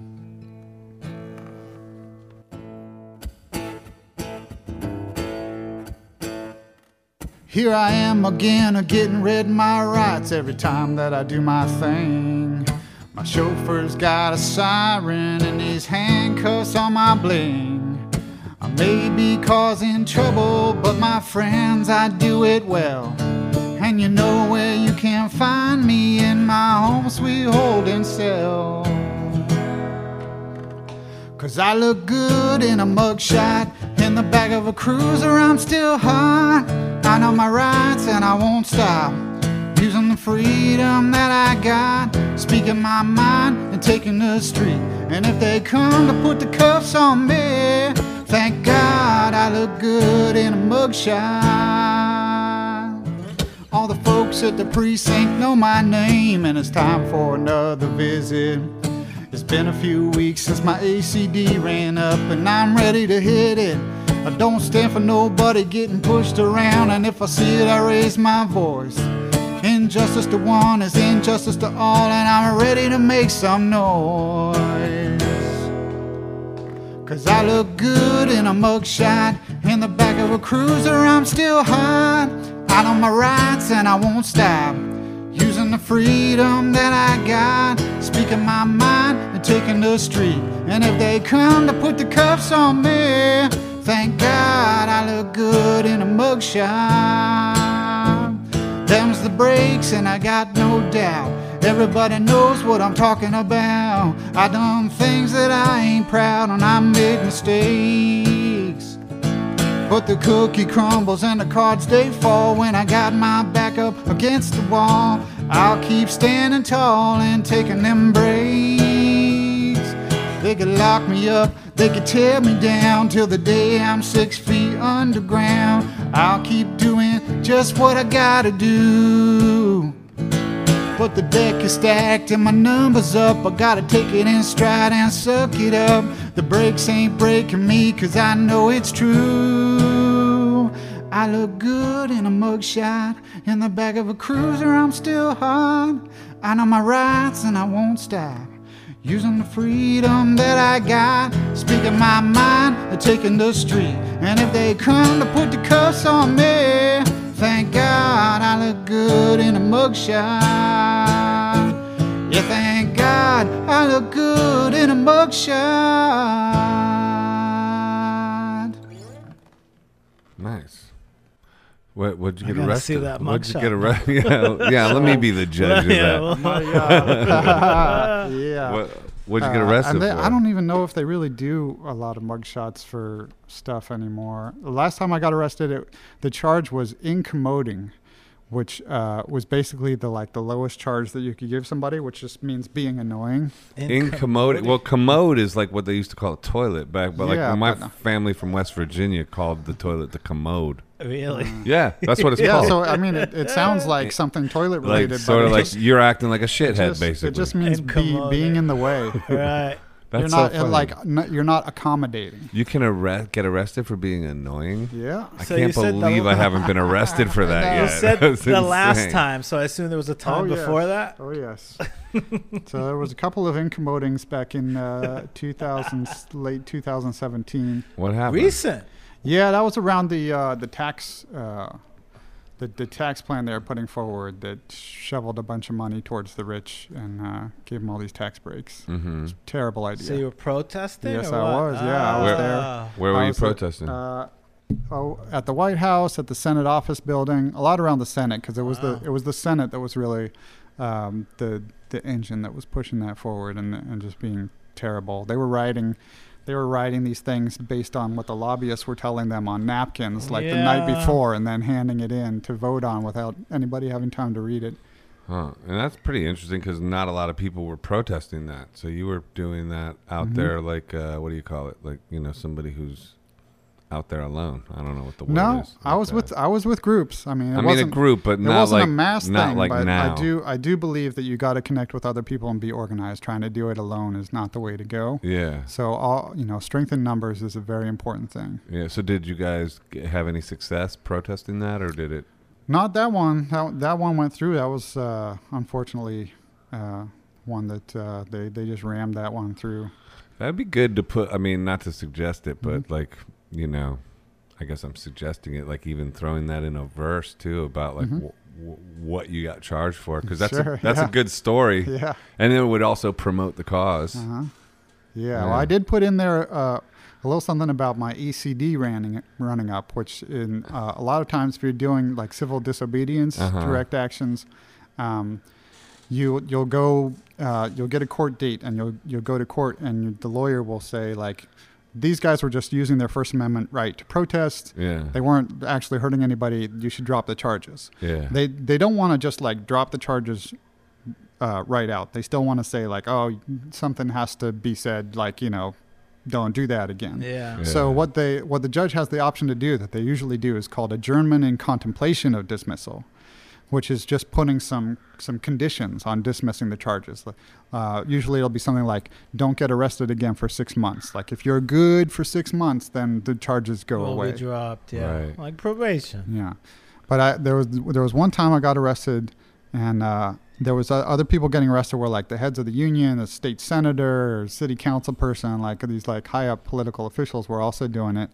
Here I am again, a getting rid of my rights every time that I do my thing. My chauffeur's got a siren and these handcuffs on my bling. I may be causing trouble, but my friends, I do it well. And you know where you can find me in my home sweet holding cell. Cause I look good in a mugshot. In the back of a cruiser, I'm still hot. I know my rights and I won't stop. Using the freedom that I got, speaking my mind and taking the street. And if they come to put the cuffs on me, thank God I look good in a mugshot. All the folks at the precinct know my name, and it's time for another visit. It's been a few weeks since my ACD ran up, and I'm ready to hit it. I don't stand for nobody getting pushed around, and if I see it, I raise my voice. Injustice to one is injustice to all, and I'm ready to make some noise. Cause I look good in a mugshot. In the back of a cruiser, I'm still hot. Out on my rights, and I won't stop. Using the freedom that I got, speaking my mind and taking the street. And if they come to put the cuffs on me, thank God I look good in a mugshot. Them's the breaks, and I got no doubt. Everybody knows what I'm talking about. I done things that I ain't proud, and I made mistakes. But the cookie crumbles and the cards they fall when I got my back up against the wall. I'll keep standing tall and taking them breaks. They could lock me up, they could tear me down till the day I'm six feet underground. I'll keep doing just what I gotta do. But the deck is stacked and my number's up. I gotta take it in stride and suck it up. The brakes ain't breaking me, cause I know it's true. I look good in a mugshot. In the back of a cruiser, I'm still hot. I know my rights and I won't stop. Using the freedom that I got, speaking my mind, and taking the street. And if they come to put the cuffs on me, thank God I look good in a mugshot. Yeah, thank God I look good in a mugshot.
Nice. What? Would you get
gotta
arrested?
see that
What'd you
mugshot.
get arrested? yeah, *laughs* yeah. Let me be the judge of
*laughs* yeah,
that.
well,
yeah. *laughs*
What? What'd you get
Uh,
arrested
and they-
for?
I don't even know if they really do a lot of mugshots for stuff anymore. The last time I got arrested, it, the charge was incommoding, which uh, was basically the like the lowest charge that you could give somebody, which just means being annoying.
Incommode. Well, commode is like what they used to call a toilet back, but like
Yeah,
when my
but-
family from West Virginia called the toilet the commode.
really?
*laughs*
Mm.
Yeah, that's what it's
*laughs* Yeah,
called.
so I mean, it, it
*laughs*
sounds like something toilet
like
related,
sort
but
of
it
like *laughs*
just,
you're acting like a shithead,
just-
basically.
it just means be,
Incommoding.
being in the way.
right.
*laughs* that's
you're not
so funny.
like n- you're not accommodating.
you can arre- get arrested for being annoying.
Yeah.
I
So you
can't
said the-
believe I haven't been arrested
*laughs*
for that
No.
You
yet.
said the
*laughs* That's
last
insane.
time, so I assume there was a time
yes.
before that.
Oh yes. *laughs* so there was a couple of incommodings back in uh, 2000, late 2017.
What happened?
Recent.
Yeah, that was around the uh, the tax uh, the the tax plan they were putting forward that shoveled a bunch of money towards the rich and uh, gave them all these tax breaks.
hmm
Terrible idea.
So you were protesting?
Yes,
or
I
what?
was. Yeah, I was there.
Ah.
Where were
I
you
was at,
protesting?
uh, oh, at the White House, at the Senate office building, a lot around the Senate because it was
Wow.
the it was the Senate that was really um, the the engine that was pushing that forward and and just being terrible. They were writing. They were writing these things based on what the lobbyists were telling them on napkins, like the night
Yeah.
before, and then handing it in to vote on without anybody having time to read it.
Huh. And that's pretty interesting because not a lot of people were protesting that. So you were doing that out
Mhm.
there, like uh, what do you call it? Like you know, somebody who's out there alone. I don't know what the word
no,
is.
I was
Like,
with I was with groups. I mean,
uh, I
it
mean, a
wasn't,
group, but
It
not
wasn't
like
a mass
not
thing,
like
but
now.
I do I do believe that you got to connect with other people and be organized. Trying to do it alone is not the way to go.
Yeah,
So all you know, strength in numbers is a very important thing.
yeah. So did you guys g- have any success protesting that, or did it?
Not that one. That, that one went through. That was uh, unfortunately uh, one that uh, they they just rammed that one through. *laughs*
That'd be good to put. I mean, not to suggest it, but
Mhm.
like you know, I guess I'm suggesting it. Like even throwing that in a verse too about like
Mhm.
wh- w- what you got charged for because that's
Sure,
a, that's
yeah.
a good story,
Yeah.
and it would also promote the because
Uh-huh. Yeah, Well,
Yeah.
I did put in there uh, a little something about my ECD running running up, which in uh, a lot of times if you're doing like civil disobedience,
Uh-huh.
direct actions, um, you you'll go uh, you'll get a court date and you'll you'll go to court and you, the lawyer will say like these guys were just using their First Amendment right to protest.
Yeah,
They weren't actually hurting anybody. You should drop the charges
yeah,
they they don't want to just like drop the charges uh, right out. They still want to say like, oh, something has to be said. Like you know, don't do that again.
Yeah.
Yeah.
So what they what the judge has the option to do that they usually do is called adjournment in contemplation of dismissal, which is just putting some some conditions on dismissing the charges. Like, Uh, usually it'll be something like don't get arrested again for six months. Like if you're good for six months, then the charges go
Will
away.
be dropped. Yeah.
Right.
Like probation.
Yeah, but I there was there was one time I got arrested, and uh, there was uh, other people getting arrested were like the heads of the union, a state senator, or city council person, like these like high up political officials were also doing it,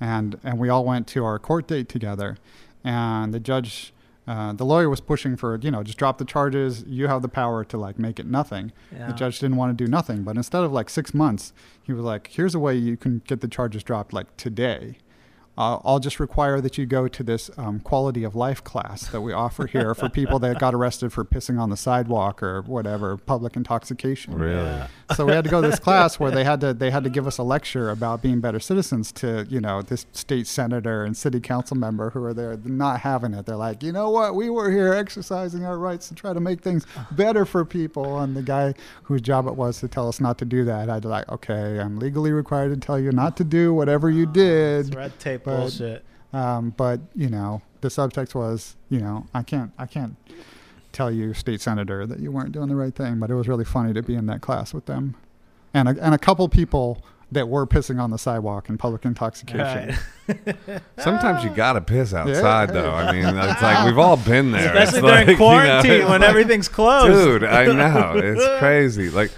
and and we all went to our court date together, and the judge. Uh, the lawyer was pushing for you know just drop the charges you have the power to like make it nothing
Yeah.
the judge didn't want to do nothing but instead of like six months he was like here's a way you can get the charges dropped like today uh, I'll just require that you go to this um, quality of life class that we offer here for people that got arrested for pissing on the sidewalk or whatever public intoxication.
really.
Yeah.
So we had to go to this class where they had to they had to give us a lecture about being better citizens to you know this state senator and city council member who are there not having it. They're like, you know what, we were here exercising our rights to try to make things better for people, and the guy whose job it was to tell us not to do that, I'd like, okay, I'm legally required to tell you not to do whatever you did.
Ah, It's red tape
but-
bullshit.
Um, but you know, the subtext was, you know, I can't, I can't tell you, state senator, that you weren't doing the right thing. But it was really funny to be in that class with them, and a, and a couple people that were pissing on the sidewalk in public intoxication.
*laughs* Right.
Sometimes you gotta piss outside,
Ah. Yeah.
though. I
*laughs*
mean, it's like we've all been there. It's
Especially
like,
during
you know, *laughs*
quarantine
it's
when
like,
everything's closed.
Dude, I
*laughs*
know
*laughs*
it's crazy. Like,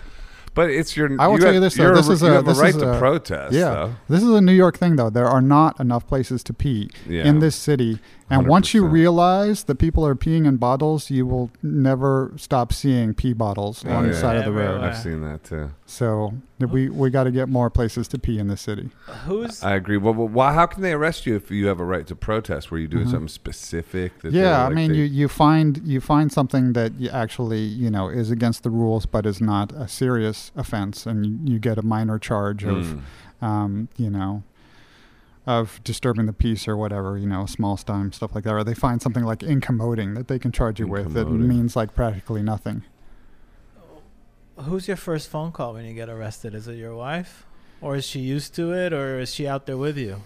but it's your.
I will tell
have-
you this, though.
you're
This is a-
you have
this
a right
is
to
a-
protest.
yeah,
though.
this is a New York thing, though. There are not enough places to pee
Yeah.
in this city, and once you
100%.
realize that people are peeing in bottles, you will never stop seeing pee bottles
Oh,
on the
yeah.
side of the
Everywhere.
road.
I've seen that too.
So we we got to get more places to pee in the city.
Who's
I agree. Well, well, why? How can they arrest you if you have a right to protest? Were you doing something specific? That they're,
Mm-hmm. yeah, I
like,
mean,
they- Mm.
you, you find you find something that you actually you know is against the rules, but is not a serious offense, and you, you get a minor charge
Mm.
of um, you know of disturbing the peace or whatever, you know, small time stuff like that. Or they find something like incommoding that they can charge you with that
Incommoding.
means like practically nothing.
who's your first phone call when you get arrested? Is it your wife? Or is she used to it or is she out there with you?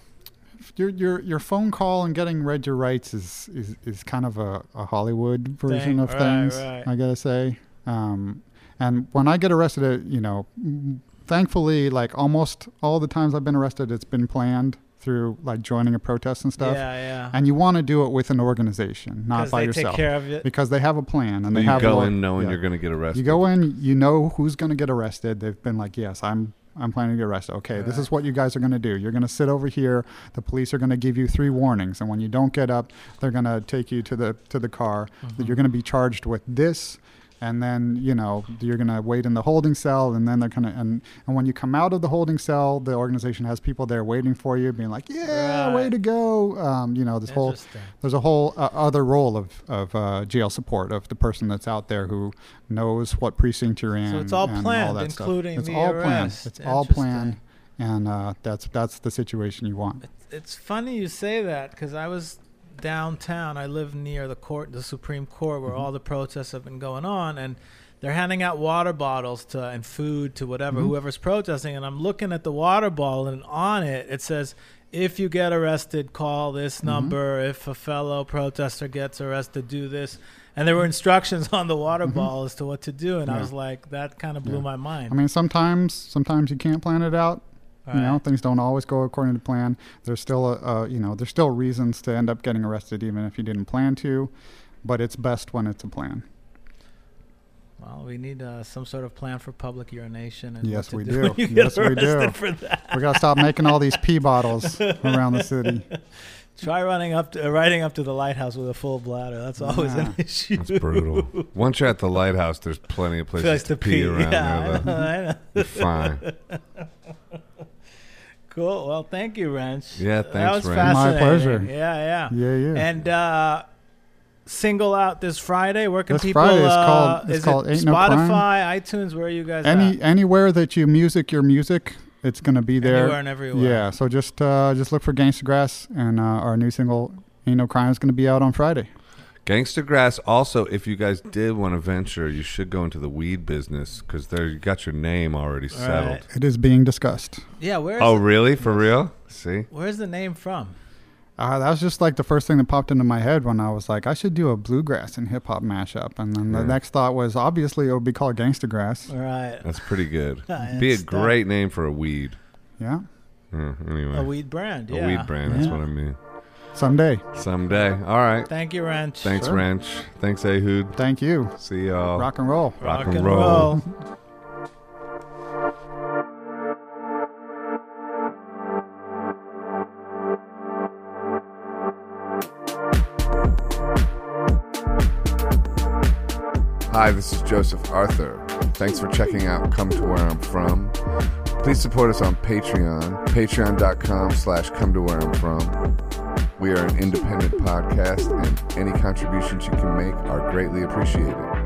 Your your your phone call and getting read your rights is is, is kind of a, a Hollywood version
Thing,
of
right,
things.
right.
I gotta say, um, and when I get arrested, uh, you know, mm, thankfully, like almost all the times I've been arrested, it's been planned through like joining a protest and stuff.
Yeah, yeah.
And you want to do it with an organization, not
'Cause
by
they
yourself,
take care of it.
because they have a plan and they
you
have a
go
way-
in knowing
yeah.
you're going to get arrested.
You go in, you know who's going to get arrested. They've been like, yes, I'm. I'm planning to get arrested. Okay, this is what you guys are going to do. You're going to sit over here. The police are going to give you three warnings, and when you don't get up, they're going to take you to the to the car. You're going to be charged with this, and then you know you're going to wait in the holding cell, and then they're going to and and when you come out of the holding cell, the organization has people there waiting for you, being like, yeah, way
Right.
to go. Um, you know this whole
Interesting.
there's a whole uh, other role of, of uh, jail support of the person that's out there who knows what precinct you're in.
So it's all
and
planned,
that stuff.
including
it's
the
all
arrest.
planned. It's all planned, and uh, that's that's the situation you want.
It's- It's funny you say that because I was downtown. I live near the court, the Supreme Court,
Mm-hmm.
where all the protests have been going on, and they're handing out water bottles to and food to whatever
Mm-hmm.
whoever's protesting. And I'm looking at the water bottle, and on it it says. If you get arrested, call
Mm-hmm.
this number. If a fellow protester gets arrested, do this. And there were instructions *laughs* on the water bottle as to what to do. And I
Mm-hmm. Yeah.
was like, that kind of blew
Yeah.
my mind.
I mean, sometimes sometimes you can't plan it out. you know,
Right.
things don't always go according to plan. There's still a, a you know there's still reasons to end up getting arrested even if you didn't plan to, but it's best when it's a plan.
Well, we need uh, some sort of plan for public urination. And
Yes,
what
we
to
do.
when *laughs* you get
Yes, we do.
arrested For that. *laughs*
We gotta stop making all these pee bottles around the city.
Try running up to, uh, riding up to the lighthouse with a full bladder. That's always an issue.
It's
*laughs*
brutal. Once you're at the lighthouse, there's plenty of places
Place
to, pee, around
Yeah, I
there. Though.
know, *laughs* I know.
You're fine.
Cool. Well, thank you, Wrench.
Yeah,
That
thanks,
was
Wrench.
My
fascinating.
pleasure.
Yeah, yeah.
Yeah, yeah.
And uh, single out this Friday. Where can
This
people?
Friday is
uh,
called- it's
is
called
it
Ain't No
Spotify,
Crime.
iTunes. Where are you guys?
Any
at?
anywhere that you music your music, it's gonna be there.
Anywhere and everywhere.
Yeah, so just uh, just look for Gangsta Grass and uh, our new single "Ain't No Crime" is going to be out on Friday.
Gangsta Grass. Also, if you guys did want to venture, you should go into the weed business because there you got your name already
Right.
settled.
It is being discussed.
Yeah. Where's
Oh, really? For real? See,
Where's the name from?
Uh, that was just like the first thing that popped into my head when I was like, I should do a bluegrass and hip hop mashup. And then the
Yeah.
next thought was, obviously, it would be called Gangsta Grass.
All right.
that's pretty good.
Yeah,
Be a
it's the-
great name for a weed.
Yeah,
Hmm, anyway,
A weed brand.
A
Yeah.
weed brand. That's
Yeah.
what I mean.
someday.
Someday. All right.
Thank you, Wrench.
Thanks,
Sure.
Ranch. Thanks, Ehud.
Thank you.
See y'all.
Rock and roll.
rock and roll.
Hi, this is Joseph Arthur. Thanks for checking out Come to Where I'm From. Please support us on Patreon, patreon.com slash come to where I'm from. We are an independent podcast, and any contributions you can make are greatly appreciated.